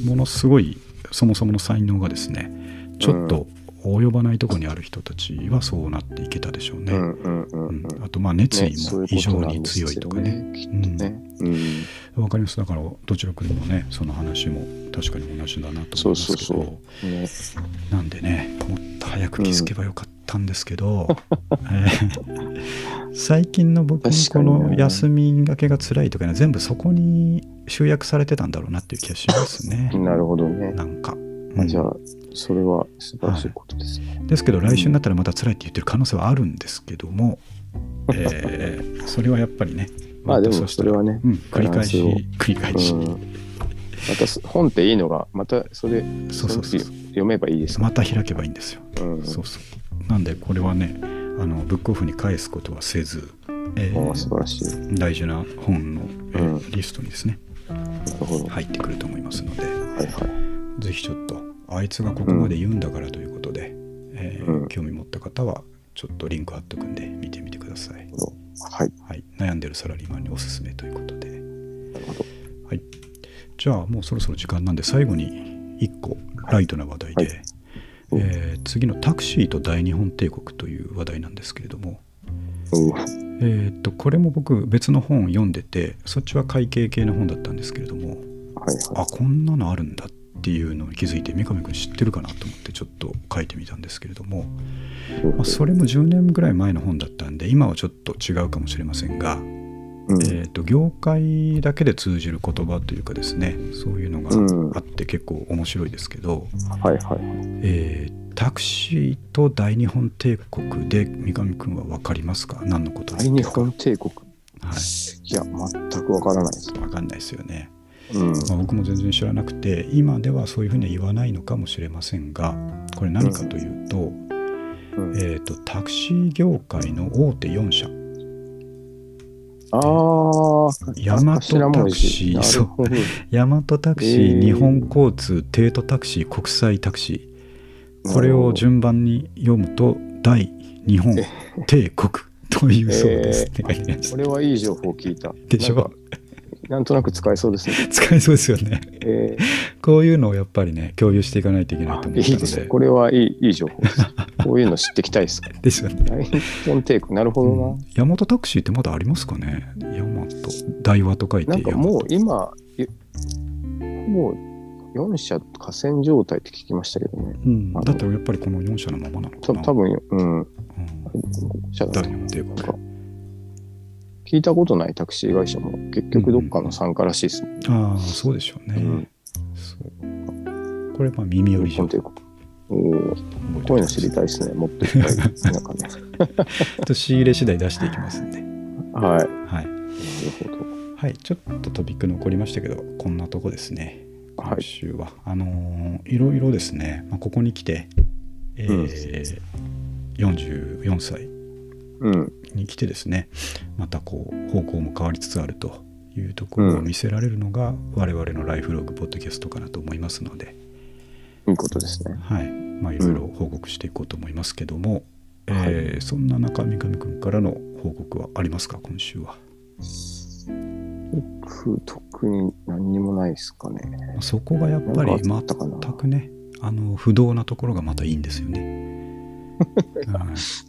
S1: う、ものすごいそもそもの才能がですねちょっと及ばないところにある人たちはそうなっていけたでしょうね、
S2: う
S1: うん
S2: んうんうんうん。
S1: あとまあ熱
S2: ね
S1: 意も非常に強いとかね。
S2: そういうことなんですよねきっとね。うん。
S1: わ、かりますだからどちらかでもねその話も確かに同じだなと思いますけど
S2: そうそうそね
S1: なんでねもっと早く気づけばよかっったんですけど、えー最近の僕の
S2: 確か
S1: こ
S2: にね
S1: の休み明けが辛いとかね全部そこに集約されてたんだろうなっていう気がしますね
S2: なるほどね。
S1: なんか、うん
S2: まあじゃあ、それは素晴らしいことですね。
S1: ですけど来週になったらまた辛いって言ってる可能性はあるんですけども、えーそれはやっぱりね
S2: まあでも、
S1: た
S2: それはね、
S1: うん、繰り返し
S2: バラン
S1: 繰り返し、
S2: うん。またす本っていいのが、またそれ、
S1: そうそうそう
S2: の時読めばいいですか
S1: また開けばいいんですよ
S2: ら。うん。
S1: そうそうなんでこれはねあのブックオフに返すことはせず、えー
S2: ああ素晴らしい。な
S1: 大事な本の、えー
S2: うん
S1: リストにですね
S2: るほど。は
S1: 入ってくると思いますので
S2: いはい。
S1: ぜひちょっとあいつがここまで言うんだからということで、えー
S2: うん
S1: 興味持った方はちょっとリンク貼っとくんで見てみてください、
S2: はい。
S1: はい、悩んでるサラリーマンにおすすめということで
S2: なるほど。
S1: はい、じゃあもうそろそろ時間なんで最後に1個ライトな話題で、
S2: はいうん
S1: えー次の「タクシーと大日本帝国」という話題なんですけれども、
S2: うん
S1: えー、とこれも僕別の本を読んでてそっちは会計系の本だったんですけれども
S2: はい
S1: あ
S2: は
S1: こんなのあるんだっていうのに気づいて三上君知ってるかなと思ってちょっと書いてみたんですけれども、
S2: い。うん
S1: まあ、それも10年ぐらい前の本だったんで今はちょっと違うかもしれませんが、
S2: うん
S1: えー、と業界だけで通じる言葉というかですねそういうのが
S2: うん
S1: あって結構面白いですけど、
S2: はいはい。
S1: えータクシーと大日本帝国で三上君は分かりますか何のこと
S2: 大日本帝国。
S1: はい
S2: や、全くわからないです。
S1: い、分かんないですよね、
S2: うん。
S1: まあ、僕も全然知らなくて今ではそういうふうには言わないのかもしれませんがこれ何かというと,、
S2: うん
S1: えー、とタクシー業界の大手4社
S2: ああ、
S1: ヤマトタクシー
S2: そ
S1: そうう。ヤマトタクシー、
S2: えー
S1: 日本交通、帝都タクシー、国際タクシー。これを順番に読むと、大日本
S2: え
S1: 帝国というそうです
S2: え
S1: ね。
S2: これはいい情報を聞いた。
S1: でし
S2: なん
S1: ょ
S2: かなんとなく使えそうですね。
S1: 使えそうですよね。
S2: え
S1: こういうのをやっぱりね、共有していかないといけないと
S2: ー、
S1: 思った
S2: いい
S1: の
S2: ですね。
S1: で。
S2: これはいいいい情報です。こういうの知ってきたいです。
S1: ですよね。
S2: 大日本帝国、なるほど
S1: ヤマトタクシーってまだありますかねヤマト。大和と書いて
S2: な。なんかもう
S1: 大
S2: 今、いもう4社河川状態って聞きましたけどね。
S1: 和うん、だったらやっぱりこの4社のままなのか
S2: た
S1: な。
S2: 多分うん。
S1: うん
S2: 社だ
S1: 大日本帝国。
S2: 聞いたことないタクシー会社も結局どっかの参加らしいですもんね。
S1: ああ、そうでしょうね。
S2: うん
S1: そうこれまあ耳寄り
S2: 日
S1: 情報
S2: 本帝国。おー
S1: 覚えて
S2: こう
S1: お
S2: い
S1: き
S2: う
S1: ま
S2: の知
S1: す
S2: りたいですね。もっといっぱい。なんかね。
S1: [laughs] ちょっと仕入れ次第出していきますんで。
S2: はい。
S1: はい。
S2: なるほ
S1: はい、ちょっとトピック残りましたけど、こんなとこですね。
S2: ど。は
S1: 今
S2: い。
S1: 週は。あのーいろいろですね、まあ、ここに来て、えー44歳
S2: うん。
S1: に来てですね、またこう、方向も変わりつつあるというところを見せられるのが、我々のライフログポッドキャストかなと思いますので、
S2: いいことですね。
S1: はい。まあ、いろいろ報告していこうと思いますけども、えーそんな中、三上君からの報告はありますか、今週は。
S2: 僕、特に何にもないですかね。
S1: そこがやっぱり
S2: なんかあ
S1: 全
S2: ったかな
S1: くねあの不動なところがまたいいんですよ
S2: [laughs]
S1: ね。は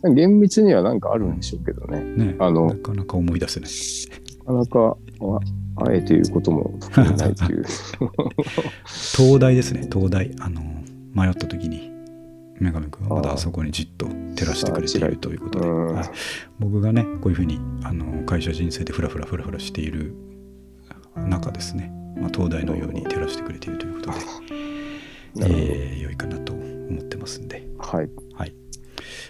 S1: い
S2: 厳密にはなんかあるんでしょうけどね。
S1: ね
S2: あの
S1: なかなか思い出せない。
S2: なかなか、ああえて言うことも特にないと
S1: [laughs]
S2: いう。
S1: 東大ですね東大あの迷った時に女神君はまだあそこにじっと照らしてくれてい
S2: あー違
S1: る
S2: う
S1: ということで、
S2: うん
S1: はい僕がねこういうふうにあの会社人生でフラフラフラフラしている中ですね、まあ、東大のように照らしてくれているということで、
S2: なるほど。
S1: えー良いかなと思ってますんで。
S2: はい。
S1: はい、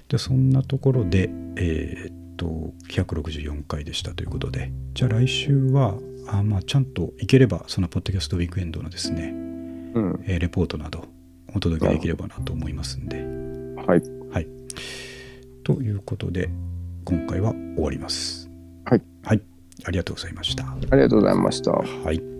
S1: でそんなところで、えーっと164回でしたということでじゃあ来週はあ、まあ、ちゃんといければそのポッドキャストウィークエンドのですね、
S2: うん。
S1: えーレポートなどお届けできればなと思いますんで。
S2: はい。
S1: はい、ということで今回は終わります。
S2: はい、
S1: はい、ありがとうございました。
S2: ありがとうございました。
S1: はい